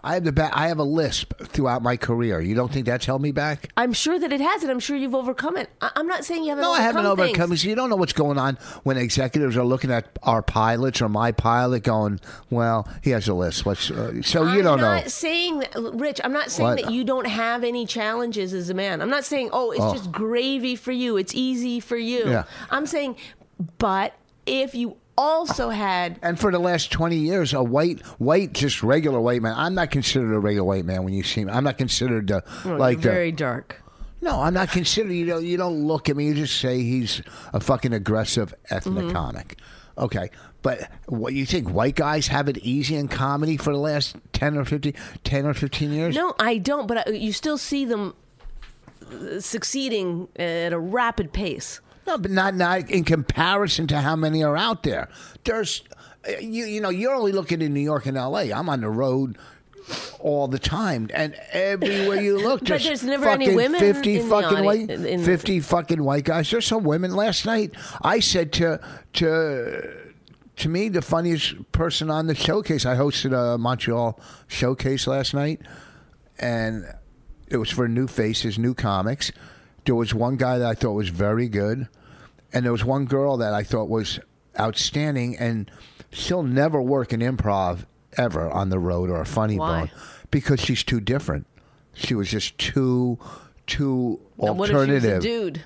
I have the ba- I have a lisp throughout my career. You don't think that's held me back? I'm sure that it has, and I'm sure you've overcome it. I- I'm not saying you haven't. No, I haven't overcome overcome. things. it. So you don't know what's going on when executives are looking at our pilots or my pilot, going, "Well, he has a lisp." Let's, uh, so you I'm don't not know. saying, that, Rich. I'm not saying What? that you don't have any challenges as a man. I'm not saying, oh, it's Oh. just gravy for you. It's easy for you. Yeah. I'm saying, but if you also had And for the last twenty years, a white, white, just regular white man. I'm not considered a regular white man when you see me. I'm not considered the like uh, the, dark. No, I'm not considering. You know, you don't look at me. You just say he's a fucking aggressive ethnic comic. Okay, but what you think white guys have it easy in comedy for the last ten or 50, 10 or fifteen years? No, I don't. But I, you still see them uh, succeeding at a rapid pace. No, but not not in comparison to how many are out there. There's, uh, you you know, you're only looking in New York and L.A. I'm on the road all the time, and everywhere you look, But there's never any fucking women Fifty in the fucking audi- white, in- in- fifty fucking white guys. There's some women. Last night, I said to to. To me, the funniest person on the showcase. I hosted a Montreal showcase last night, and it was for new faces, new comics. There was one guy that I thought was very good, and there was one girl that I thought was outstanding, and she'll never work in improv ever on the road or a funny Why? bone because she's too different. She was just too too And what if she was a alternative. dude?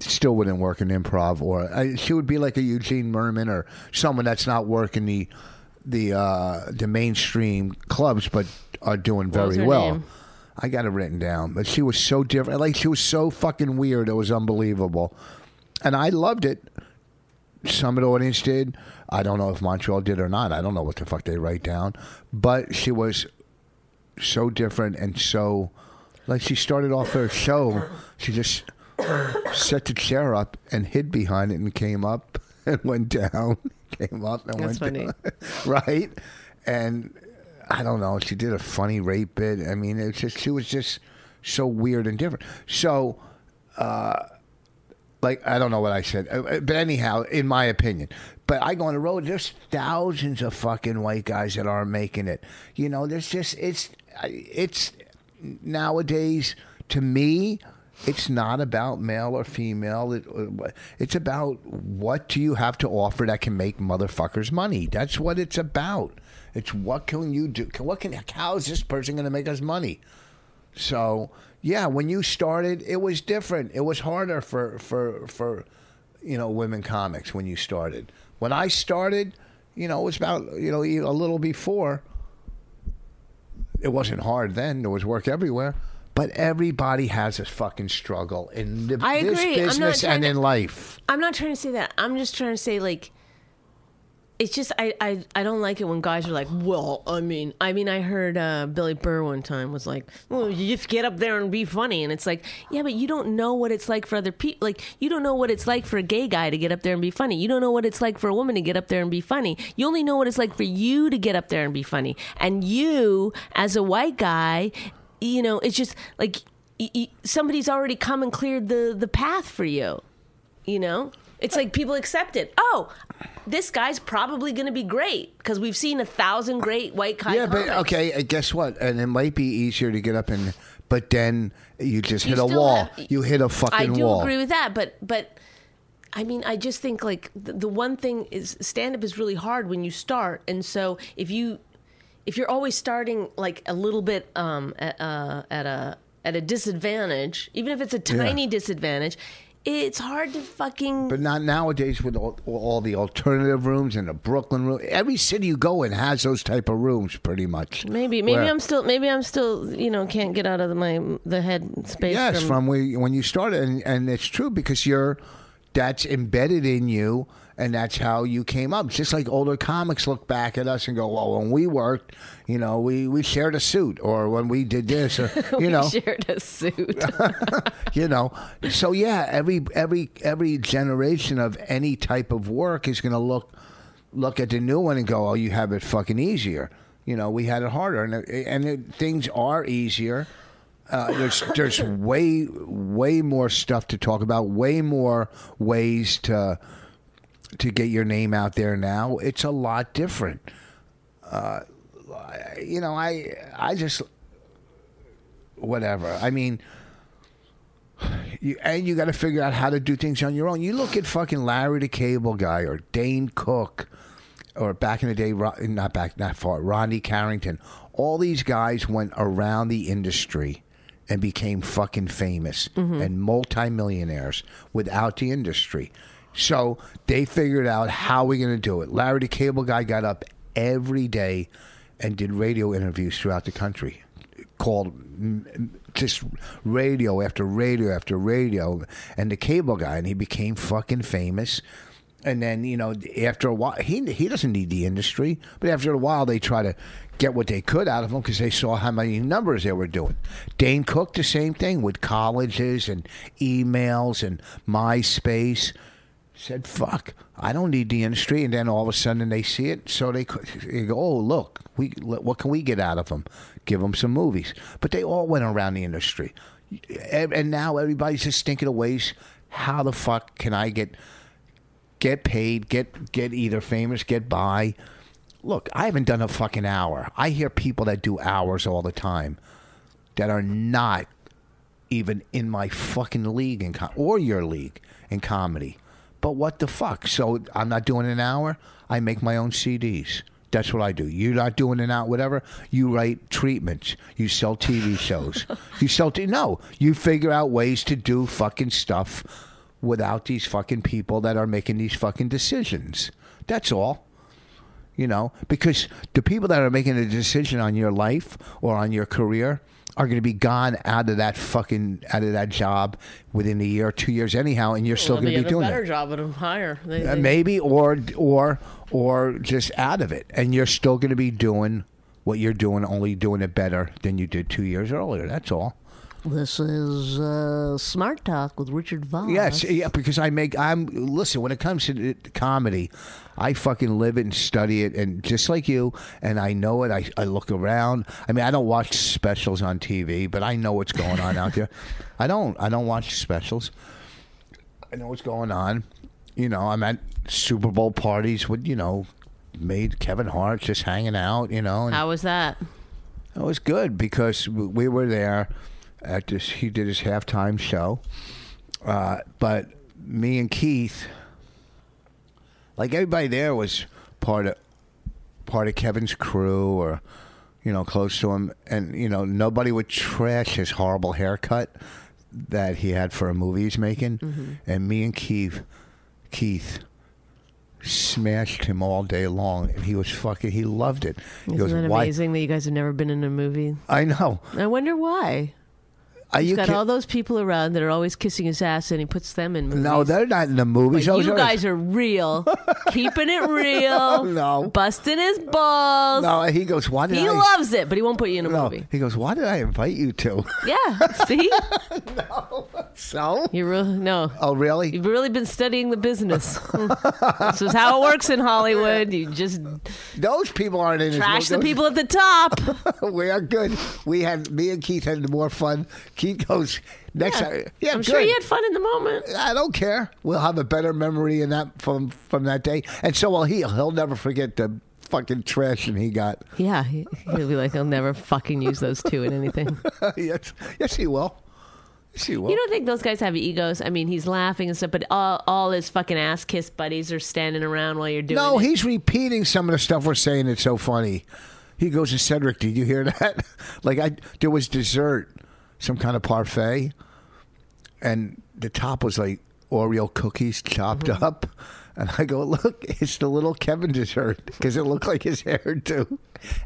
Still wouldn't work in improv, or I, she would be like a Eugene Merman or someone that's not working the the uh, the mainstream clubs, but are doing was very her well. name? I got it written down, but she was so different. Like she was so fucking weird. It was unbelievable, and I loved it. Some of the audience did. I don't know if Montreal did or not. I don't know what the fuck they write down, but she was so different and so like she started off her show. She just set the chair up and hid behind it and came up and went down, came up and went That's funny. down, right? And I don't know. She did a funny rape bit. I mean, it's just she was just so weird and different. So like I don't know what I said, Uh, uh, but anyhow, in my opinion, but I go on the road. There's thousands of fucking white guys that aren't making it. You know, there's just it's I- it's nowadays to me. It's not about male or female. It, uh, it's about what do you have to offer that can make motherfuckers money. That's what it's about. It's what can you do? Can, what can? How is this person going to make us money? So yeah, when you started, it was different. It was harder for for for you know women comics when you started. When I started, you know, it was about you know e, a little before. It wasn't hard then. There was work everywhere. But everybody has a fucking struggle in the, I this agree. I'm not business trying and to- in life. I'm not trying to say that. I'm just trying to say like it's just I, I I don't like it when guys are like, well, I mean, I mean, I heard uh, Billy Burr one time was like, well, you just get up there and be funny, and it's like, yeah, but you don't know what it's like for other people. Like, you don't know what it's like for a gay guy to get up there and be funny. You don't know what it's like for a woman to get up there and be funny. You only know what it's like for you to get up there and be funny. And you, as a white guy, you know, it's just like y- y- somebody's already come and cleared the the path for you you know it's like people accept it oh this guy's probably going to be great because we've seen a thousand great white guy Yeah, but comics. okay. uh, Guess what? And it might be easier to get up and, but then you just You hit a still wall. have- you hit a fucking i do wall. agree with that but but i mean i just think like the, the one thing is stand up is really hard when you start and so if you if you're always starting like a little bit um at, uh, at a at a disadvantage even if it's a tiny disadvantage it's hard to fucking But not nowadays with all, all the alternative rooms and the Brooklyn room. Every city you go in has those type of rooms, pretty much. Maybe, maybe Where- I'm still, maybe I'm still, you know, can't get out of the, my the head space. Yes, from, where you- when you started, and, and it's true because you're that's embedded in you, and that's how you came up. It's just like older comics look back at us and go, "Well, when we worked, you know, we we shared a suit, or when we did this, or you know, shared a suit. you know so yeah every every every generation of any type of work is going to look look at the new one and go oh you have it fucking easier you know we had it harder and it- and it, things are easier uh, there's there's way way more stuff to talk about way more ways to to get your name out there now it's a lot different uh, you know i i just whatever i mean you, and you got to figure out how to do things on your own. You look at fucking Larry the Cable Guy or Dane Cook, or back in the day, Ro- not back not far, Rodney Carrington. All these guys went around the industry and became fucking famous and multimillionaires without the industry. So they figured out how we're going to do it. Larry the Cable Guy got up every day and did radio interviews throughout the country called mm, mm, just radio after radio after radio and the cable guy and he became fucking famous and then you know after a while he he doesn't need the industry but after a while they try to get what they could out of him because they saw how many numbers they were doing dane cook the same thing with colleges and emails and myspace said, "Fuck, I don't need the industry." And then all of a sudden they see it, so they, co- they go, "Oh, look, we what can we get out of them? Give them some movies." But they all went around the industry, and and now everybody's just thinking of ways. How the fuck can I get get paid? Get get either famous, get by. Look, I haven't done a fucking hour. I hear people that do hours all the time that are not even in my fucking league in com- or your league in comedy. But what the fuck? So I'm not doing an hour. I make my own CDs. That's what I do. You're not doing an hour, whatever. You write treatments. You sell TV shows. you sell. T- no, you figure out ways to do fucking stuff without these fucking people that are making these fucking decisions. That's all you know, because the people that are making a decision on your life or on your career are going to be gone out of that fucking out of that job within a year, two years, anyhow, and you're still going to be doing better it. job at higher. They, Uh, they- maybe or or or just out of it, and you're still going to be doing what you're doing, only doing it better than you did two years earlier. That's all. this is uh, Smart Talk with Richard Voss. Yes, yeah, because I make I'm listen when it comes to the comedy, I fucking live it and study it, and just like you, and I know it. I, I look around. I mean, I don't watch specials on TV, but I know what's going on out there. I don't. I don't watch specials. I know what's going on. You know, I'm at Super Bowl parties with you know, made Kevin Hart just hanging out. You know, and How was that? it was good because w- we were there at this. He did his halftime show, uh, but me and Keith, like everybody there, was part of part of Kevin's crew or you know close to him, and you know nobody would trash his horrible haircut that he had for a movie he's making, Mm-hmm. and me and Keith, Keith. Smashed him all day long, and he was fucking. He loved it. He Isn't goes, that "Why- amazing that you guys have never been in a movie? I know. I wonder why. Are He's you got kid- all those people around that are always kissing his ass, and he puts them in movies. No, they're not in the movies. But Those you are- guys are real, keeping it real. No. busting his balls. No, he goes. Why did he I? loves it, but he won't put you in a no, movie. he goes. Why did I invite you to? Yeah, see, so. you really no. Oh really? You've really been studying the business. this is how it works in Hollywood. You just Those people aren't in. his trash the movies. people at the top. we are good. We had me and Keith had more fun. Keith goes next. time. yeah I'm good. sure you had fun in the moment. I don't care. We'll have a better memory in that from from that day, and so will he. He'll never forget the fucking trashing he got. Yeah, he, he'll be like, I'll never fucking use those two in anything. yes, yes, he will. Yes, he will. You don't think those guys have egos? I mean, he's laughing and stuff, but all, all his fucking ass kiss buddies are standing around while you're doing No, it. he's repeating some of the stuff we're saying. It's so funny. He goes to Cedric. Did you hear that? like I, there was dessert, some kind of parfait, and the top was like Oreo cookies chopped Mm-hmm. up. And I go, look, it's the little Kevin dessert because it looked like his hairdo.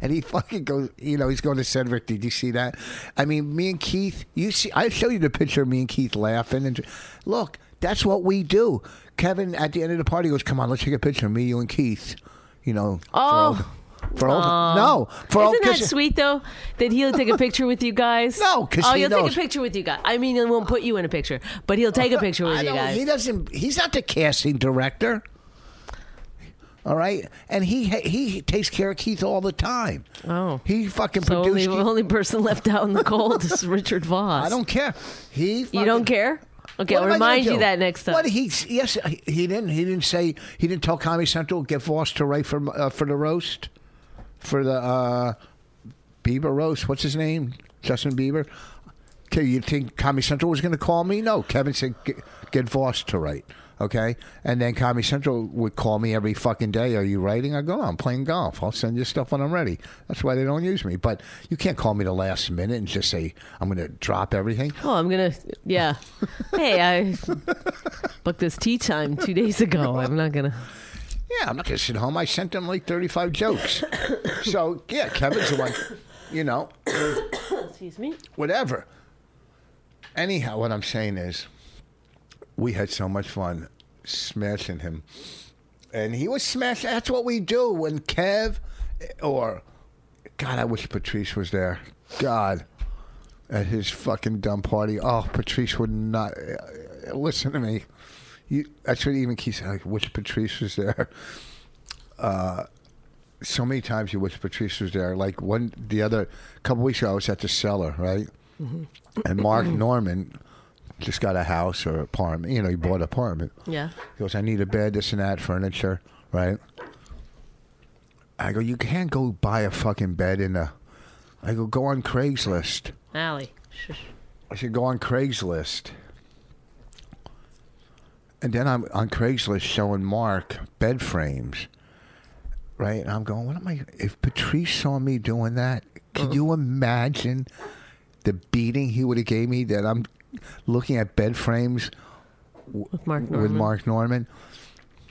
And he fucking goes, you know, he's going to Cedric. Did you see that? I mean, me and Keith, you see, I show you the picture of me and Keith laughing. And look, that's what we do. Kevin at the end of the party goes, come on, let's take a picture of me, you, and Keith. You know, for all- Oh. for all, no, for all Isn't that kisses- sweet though? That he'll take a picture with you guys. No, 'cause oh, he he'll knows. take a picture with you guys. I mean, he won't put you in a picture, but he'll take a picture with I you don't- guys. He doesn't. He's not the casting director. All right, and he he takes care of Keith all the time. Oh. he fucking So only produced. the only person left out in the cold is Richard Voss. I don't care. He. You fucking- don't care? Okay, What I'll am I gonna remind you do? that next time. What he yes he- he didn't he didn't say he didn't tell Comedy Central get Voss to write for uh, for the roast for the uh, Bieber roast. What's his name? Justin Bieber. Okay, you think Comedy Central was going to call me? No, Kevin said get, get Voss to write. Okay, and then Comedy Central would call me every fucking day. Are you writing? I go, I'm playing golf. I'll send you stuff when I'm ready. That's why they don't use me. But you can't call me the last minute and just say I'm going to drop everything. Oh, I'm gonna. Yeah. hey, I booked this tea time two days ago. I'm not gonna. Yeah, I'm not gonna sit home. I sent them like 35 jokes. so yeah, Kevin's the one, you know, Excuse me. whatever. Anyhow, what I'm saying is, we had so much fun smashing him, and he was smashed. That's what we do when Kev, or God, I wish Patrice was there. God, at his fucking dumb party. Oh, Patrice would not uh, listen to me. You, that's what even Keith said. Like, wish Patrice was there. Uh, so many times you wish Patrice was there. Like one, the other couple weeks ago, I was at the cellar, right? And Mark Norman just got a house or apartment. You know, he bought an apartment. Yeah. He goes, I need a bed, this and that, furniture, right? I go, you can't go buy a fucking bed in a. I go, go on Craigslist. Allie. I should go on Craigslist. And then I'm on Craigslist showing Mark bed frames, right? And I'm going, what am I? If Patrice saw me doing that, can you imagine the beating he would have gave me that I'm looking at bed frames With Mark with Norman. Mark Norman?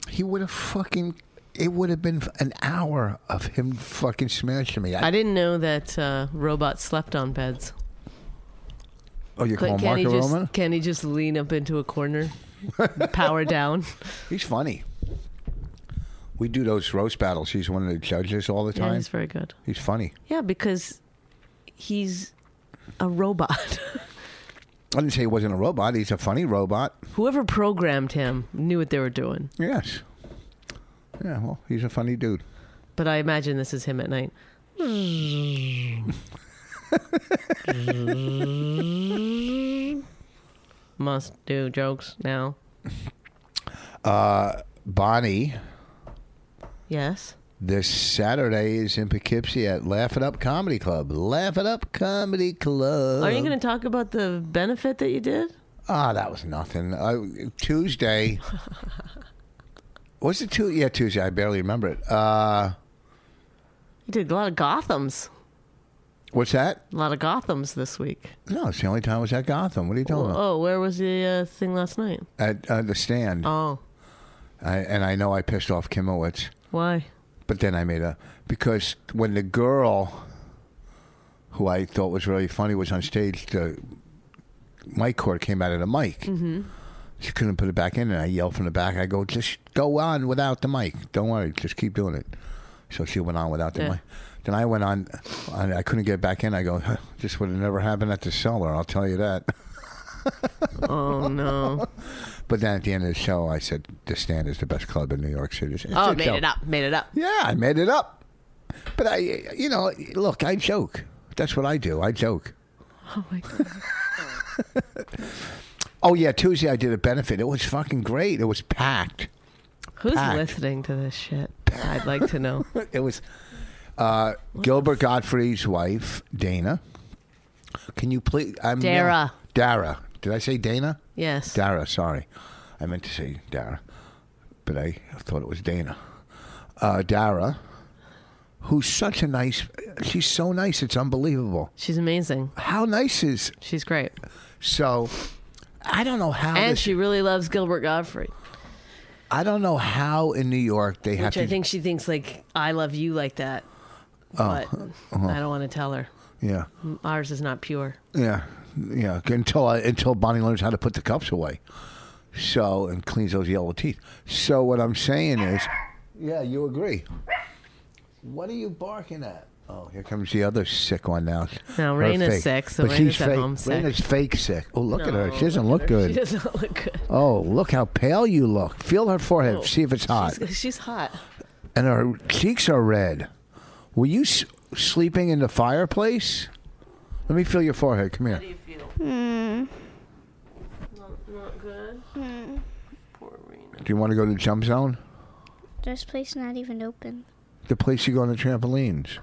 He would have fucking. It would have been an hour of him fucking smashing me. I, I didn't know that uh, robots slept on beds. oh, you call But him can Mark he a just Roman? can he just lean up into a corner, power down? He's funny. We do those roast battles. He's one of the judges all the time. Yeah, he's he's, very good. funny. Yeah, because he's a robot. I didn't say he wasn't a robot. He's a funny robot. Whoever programmed him knew what they were doing. Yes. Yeah, well, he's a funny dude. But I imagine this is him at night. Must do jokes now. Bonnie Yes. this Saturday is in Poughkeepsie at Laugh It Up Comedy Club. Laugh It Up Comedy Club. Are you going to talk about the benefit that you did? Ah, that was nothing. Uh, Tuesday. What's it Tuesday? Yeah, Tuesday. I barely remember it. Uh, You did a lot of Gotham's. what's that? A lot of Gotham's this week. No, it's the only time I was at Gotham. What are you talking about? Oh, where was the uh, thing last night? At uh, the stand. Oh, I, and I know I pissed off Kimowitz. why? But then I made a because when the girl who I thought was really funny was on stage, the mic cord came out of the mic. Mm-hmm. She couldn't put it back in, and I yelled from the back. I go, just go on without the mic. Don't worry, just keep doing it. So she went on without the Yeah. mic. Then I went on, and I couldn't get it back in. I go, huh, this would have never happened at the cellar. I'll tell you that. Oh no! But then at the end of the show, I said, the stand is the best club in New York City. It's oh, a made joke. it up. Made it up. Yeah, I made it up. But I, you know, look, I joke. That's what I do. I joke. Oh my god! Oh yeah, Tuesday I did a benefit. It was fucking great. It was packed. Who's Packed. listening to this shit? I'd like to know. It was uh, Gilbert Godfrey's wife, Dana. Can you please? I'm Dara. Dara. Did I say Dana? Yes. Dara. Sorry, I meant to say Dara, but I thought it was Dana. Uh, Dara, who's such a nice. She's so nice. It's unbelievable. She's amazing. How nice is She's great, So I don't know how. and this- she really loves Gilbert Godfrey, I don't know how in New York they have which to. I think she thinks like I love you like that. Oh, But uh-huh. I don't want to tell her. yeah, Ours is not pure. yeah, yeah. Until I, until Bonnie learns how to put the cups away, so and cleans those yellow teeth. So what I'm saying is, yeah, you agree. What are you barking at? Oh, here comes the other sick one now. No, Her Raina's fake. sick, so but Raina's she's at fake. home sick. Raina's fake sick. Oh, look at her. No, She doesn't look, good. She does not look good. Oh, look how pale you look. Feel her forehead. See if it's hot. Oh, She's, she's hot. and her cheeks are red. Were you s- sleeping in the fireplace? Let me feel your forehead. Come here. you feel? Not, good. Poor Rena. Do you want to go to the jump zone? This place not even open. The place you go on the trampolines.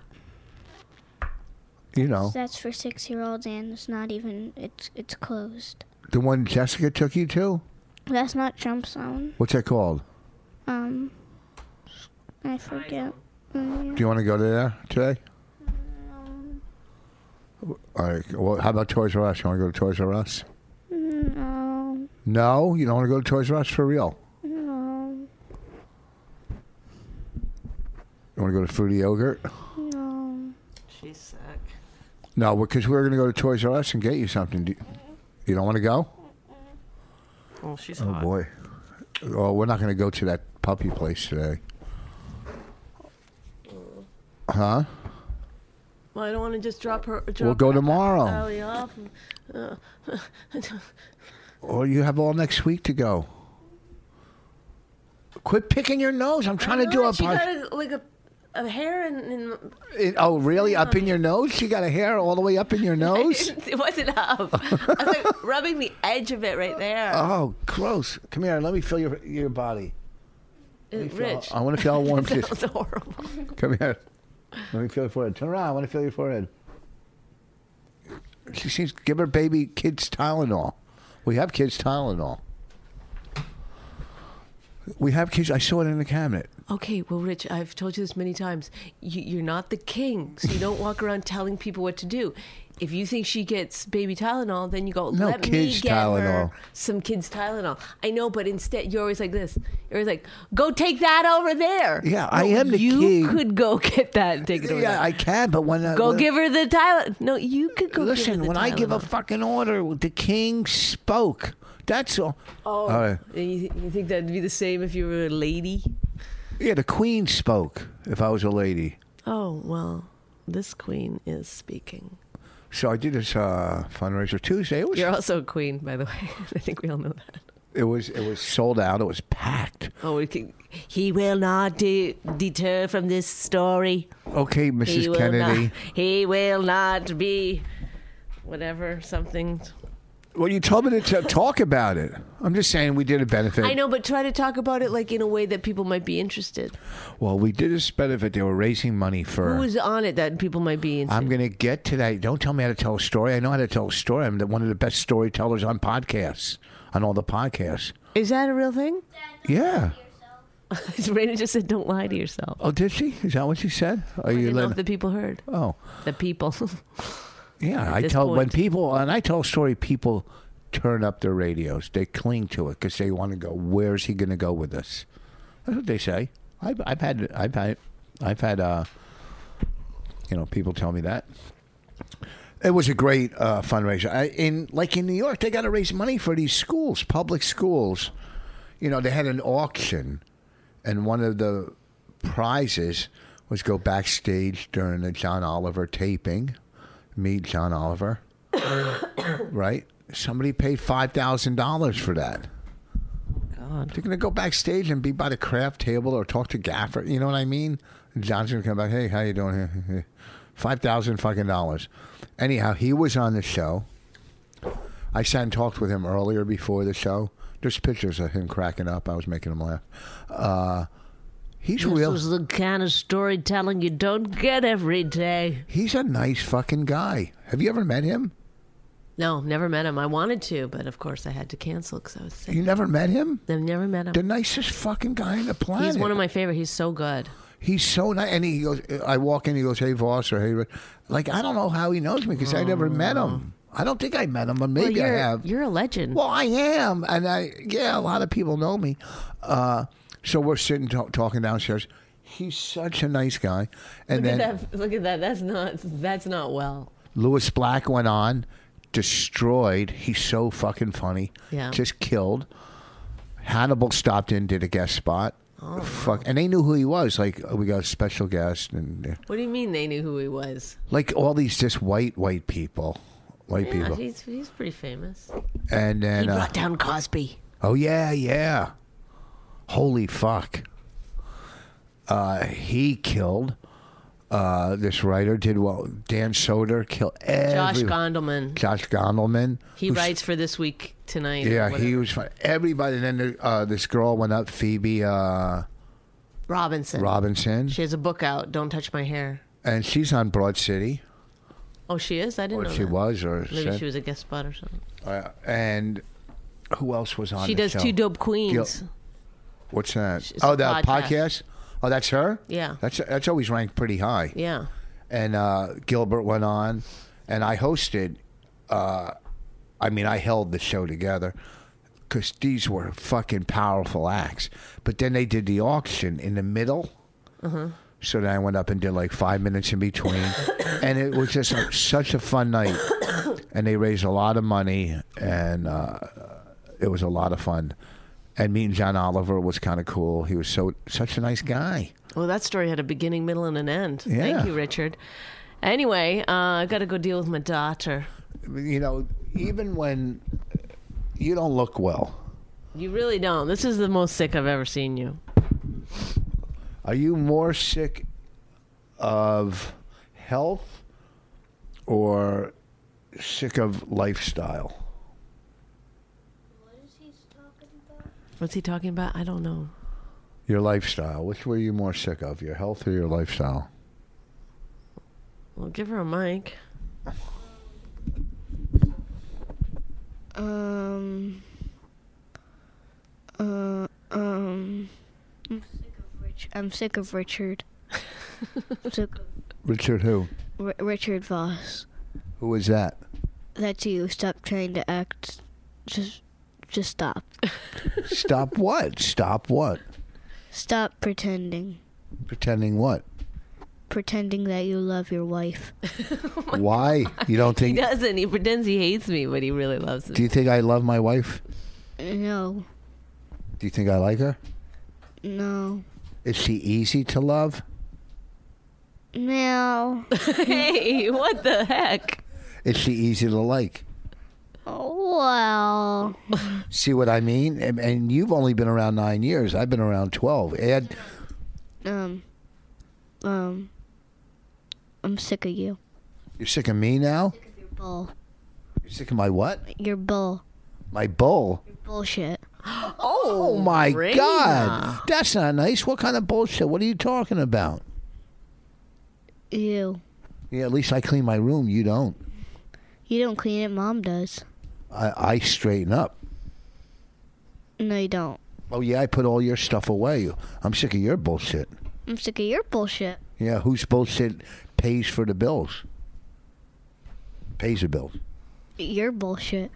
You know, That's for six-year-olds, and it's not even. It's it's closed. the one Jessica took you to? That's not jump zone. What's that called? Um, I forget. Mm, Do you want to go there today? All right. Well, how about Toys R Us? You want to go to Toys R Us? No, No, you don't want to go to Toys R Us for real. no, You want to go to Fruity Yogurt? no. She's sick. No, because we were going to go to Toys R Us and get you something. Do you, you don't want to go? Oh, she's Oh boy. Well, Oh, we're not going to go to that puppy place today. Huh? Well, I don't want to just drop her. Drop We'll go her- tomorrow. Allie off. and- Or Oh, you have all next week to go. Quit picking your nose. I'm trying to do No, a she pod- got a, like a, a hair and, and It- Oh, really? Up in your nose? You got a hair all the way up in your nose? it wasn't up. I was like rubbing the edge of it right there. Oh, gross. Come here. Let me feel your your body. It- Rich, I want to feel how warm she is. that's horrible. Come here. Let me feel your forehead. Turn around. I want to feel your forehead. She seems give her baby kids Tylenol. We have kids Tylenol. We have kids. I saw it in the cabinet. Okay, well, Rich, I've told you this many times. You, you're not the king, so you don't walk around telling people what to do. If you think she gets baby Tylenol, then you go, No, let kids' me get Tylenol." her some kids Tylenol. I know, but instead, you're always like this. You're always like, go take that over there. Yeah, I am the you king. You could go get that and take it over Yeah, there. I can, but when I, go when- give her the Tylenol. No, you could go give her Listen, the when I give a Tylenol. fucking order, the king spoke. That's all. Oh, All right. and you, you think that'd be the same if you were a lady? Yeah, the queen spoke. If I was a lady. Oh, well, this queen is speaking. So I did this uh, fundraiser Tuesday. It was You're also a queen, by the way. I think we all know that. it was it was sold out. It was packed. Oh, we can, he will not de- deter from this story. Okay, He Mrs. will Kennedy. not. He will not be whatever something. Well, you told me to t- talk about it. I'm just saying we did a benefit. I know, but try to talk about it like in a way that people might be interested. Well, we did this benefit. They were raising money for. Who is on it that people might be interested? I'm going to get to that. Don't tell me how to tell a story. I know how to tell a story. I'm the, one of the best storytellers on podcasts, on all the podcasts. Is that a real thing? Yeah. Raina just said, "Don't lie to yourself." Oh, did she? Is that what she said? Are You you know if letting? the people heard. oh, The people. yeah. I this tell when point. people and I tell a story. People turn up their radios. They cling to it because they want to go. Where's he going to go with this? That's what they say. I've, I've had. I've had. I've had. Uh, you know, people tell me that. It was a great uh, fundraiser. I, in like in New York, they got to raise money for these schools, public schools. You know, they had an auction, and one of the prizes was go backstage during the John Oliver taping, meet John Oliver. right? Somebody paid five thousand dollars for that. They're gonna go backstage and be by the craft table or talk to Gaffer. You know what I mean? John's gonna come back. Hey, how you doing? Five thousand fucking dollars. Anyhow, he was on the show. I sat and talked with him earlier before the show. There's pictures of him cracking up. I was making him laugh. Uh, he's real. This is the kind of storytelling you don't get every day. he's a nice fucking guy. Have you ever met him? No, never met him. I wanted to, but of course I had to cancel because I was sick. You never met him? I've never met him. The nicest fucking guy on the planet. He's one of my favorite. He's so good. He's so nice. And he goes, I walk in, he goes, hey, Voss, or hey, Rick." like, I don't know how he knows me because I never met him. I don't think I met him, but Mm. Well, maybe you're, I have. You're a legend. Well, I am, and I yeah, a lot of people know me. Uh, so we're sitting ta- talking downstairs. He's such a nice guy, and look then at that. Look at that. That's not. That's not well. Lewis Black went on, destroyed. He's so fucking funny. Yeah. Just killed. Hannibal stopped in, did a guest spot. Oh, Fuck, and they knew who he was. Like we got a special guest, and uh, What do you mean they knew who he was? like all these just white white people, white Yeah, people, he's he's pretty famous. and He then uh, brought down Cosby. Oh yeah, yeah. Holy fuck. Uh, he killed uh, this writer. Did well. Dan Soder killed Josh every, Gondelman. Josh Gondelman. He who's- writes for this week tonight. or Yeah, he whatever. was fun. Everybody. And then there, uh, this girl went up, Phoebe uh, Robinson. Robinson, She has a book out. Don't touch my hair. and she's on Broad City, Oh, she is. I didn't or know she that. was, or Maybe said- she was a guest spot or something. uh, and who else was on? She the does show? two dope queens. What's that? It's oh, a the podcast. podcast. Oh, that's her. Yeah. that's that's always ranked pretty high. Yeah. and uh, Gilbert went on, and I hosted. Uh, I mean, I held the show together because these were fucking powerful acts. But then they did the auction in the middle. So then I went up and did like five minutes in between, and it was just a, such a fun night. And they raised a lot of money, and uh, it was a lot of fun. And meeting John Oliver was kind of cool. He was so such a nice guy. Well, that story had a beginning, middle, and an end. Yeah. Thank you, Richard. Anyway, uh, I got to go deal with my daughter. you know, even when you don't look well, You really don't. This is the most sick I've ever seen you. are you more sick of health or sick of lifestyle? What's he talking about? I don't know. Your lifestyle. Which were you more sick of, your health or your lifestyle? Well, give her a mic. Um. Uh. Um. I'm sick of Rich. I'm sick of Richard. I'm sick of Richard, who? R- Richard Voss. Who is that? That's you. Stop trying to act. Just, just stop. Stop what? Stop what? Stop pretending. Pretending what? Pretending that you love your wife. Why? You don't He think? doesn't. He pretends he hates me, but he really loves me. Do you think I love my wife? No. Do you think I like her? No. Is she easy to love? No. hey, what the heck? Is she easy to like? Well. See what I mean? And, and you've only been around nine years. I've been around twelve. Ed, Um. Um. I'm sick of you. you're sick of me now. Your bull. You're sick of my what? Your bull. My bull. Bullshit. Oh, my God. That's not nice. What kind of bullshit? What are you talking about? Ew. Yeah, at least I clean my room. You don't. You don't clean it, mom does. I, I straighten up. No, you don't. Oh, yeah, I put all your stuff away. I'm sick of your bullshit. I'm sick of your bullshit. Yeah, whose bullshit pays for the bills? Pays the bills. Your bullshit.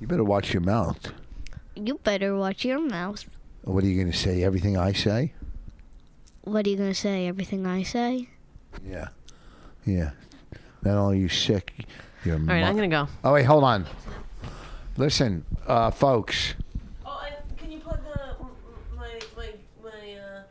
You better watch your mouth. You better watch your mouth. What are you going to say? Everything I say? What are you gonna say? Everything I say? Yeah. Yeah. Not only are you sick, you're All right, I'm gonna go. Oh, wait, hold on. Listen, uh, folks. Oh, and can you plug the my my my uh,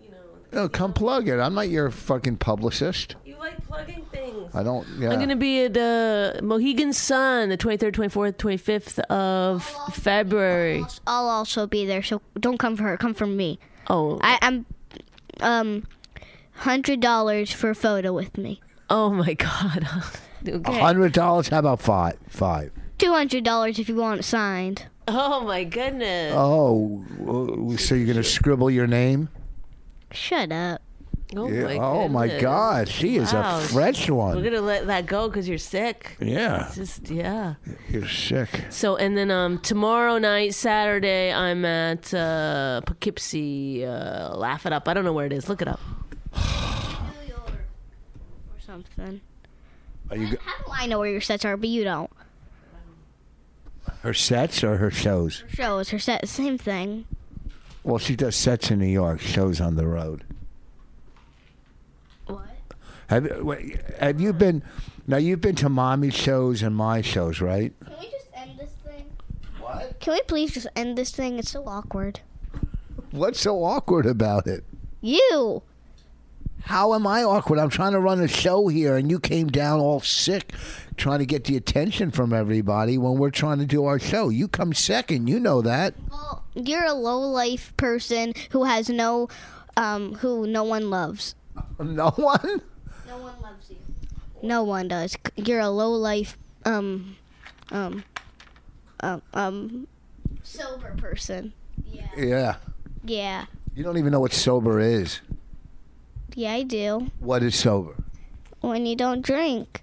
you know? No, come plug it. I'm not your fucking publicist. You like plugging things. I don't. Yeah. I'm gonna be at uh, Mohegan Sun the 23rd, 24th, 25th of February. I'll also be there, so don't come for her. Come for me. Oh, I, I'm um hundred dollars for a photo with me. oh my God. okay. hundred dollars. How about five? Five. Two hundred dollars if you want it signed. Oh my goodness. Oh, w- so you're gonna scribble your name? Shut up. Oh Yeah. my. oh my goodness. God, she is Wow. a French We're one. gonna let that go because you're sick. yeah, Just yeah. you're sick. So and then um tomorrow night, Saturday, I'm at uh, Poughkeepsie. Uh, laugh it up. I don't know where it is. Look it up. New York or something. Are you g- How do I know where your sets are, but you don't? her sets or her shows? Shows her set, same thing. Well, she does sets in New York, shows on the road. What? Have wait, have you been? Now you've been to mommy's shows and my shows, right? Can we just end this thing? What? Can we please just end this thing? It's so awkward. What's so awkward about it? You. How am I awkward? I'm trying to run a show here, and you came down all sick, trying to get the attention from everybody when we're trying to do our show. You come second, you know that. Well, you're a low life person who has no, um, who no one loves. No one. No one loves you. No one does. C- You're a low life, um, um, um, um, sober person. Yeah, Yeah. you don't even know what sober is. Yeah, I do. What is sober? When you don't drink.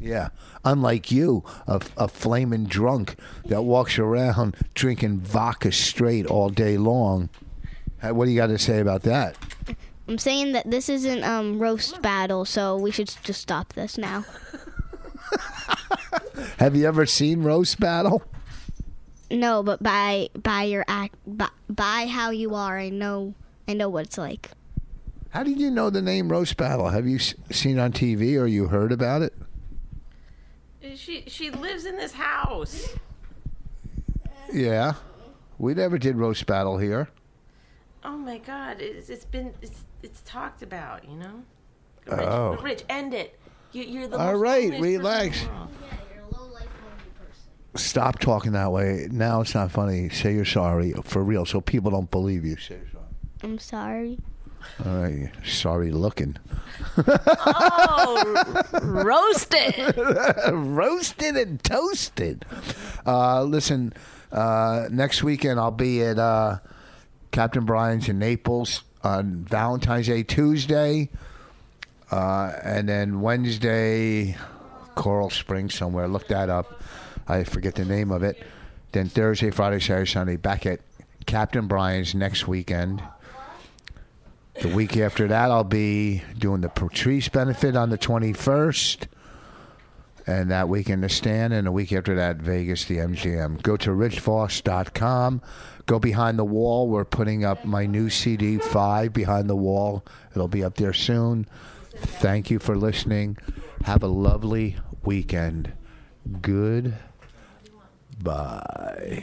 Yeah, unlike you, a, a flaming drunk that walks around drinking vodka straight all day long. Hey, What do you got to say about that? I'm saying that this isn't um roast battle, so we should s- just stop this now. Have you ever seen roast battle? No, but by by your act, by, by how you are, I know I know what it's like. How did you know the name roast battle? Have you s- seen on TV or you heard about it? She she lives in this house. Yeah. We never did roast battle here. Oh my God! It's, it's been it's it's talked about. You know. Rich, Oh. Rich, end it. You, you're the All most right, loneliest person in the relax. world. Stop talking that way. Now it's not funny. Say you're sorry for real so people don't believe you. Say you're I'm sorry. sorry. All right. you're Sorry looking. Roasted. Roasted and toasted. Uh, listen, uh, next weekend I'll be at uh, Captain Brian's in Naples on Valentine's Day Tuesday. Uh, and then Wednesday, Coral Springs somewhere. Look that up. I forget the name of it. Then Thursday, Friday, Saturday, Sunday, back at Captain Brian's next weekend. The week after that, I'll be doing the Patrice benefit on the 21st. And that weekend, the stand. And the week after that, Vegas, the MGM. Go to richvoss.com. Go behind the wall. We're putting up my new CD, Five, behind the wall. It'll be up there soon. Thank you for listening. Have a lovely weekend. Good. Bye.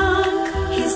He's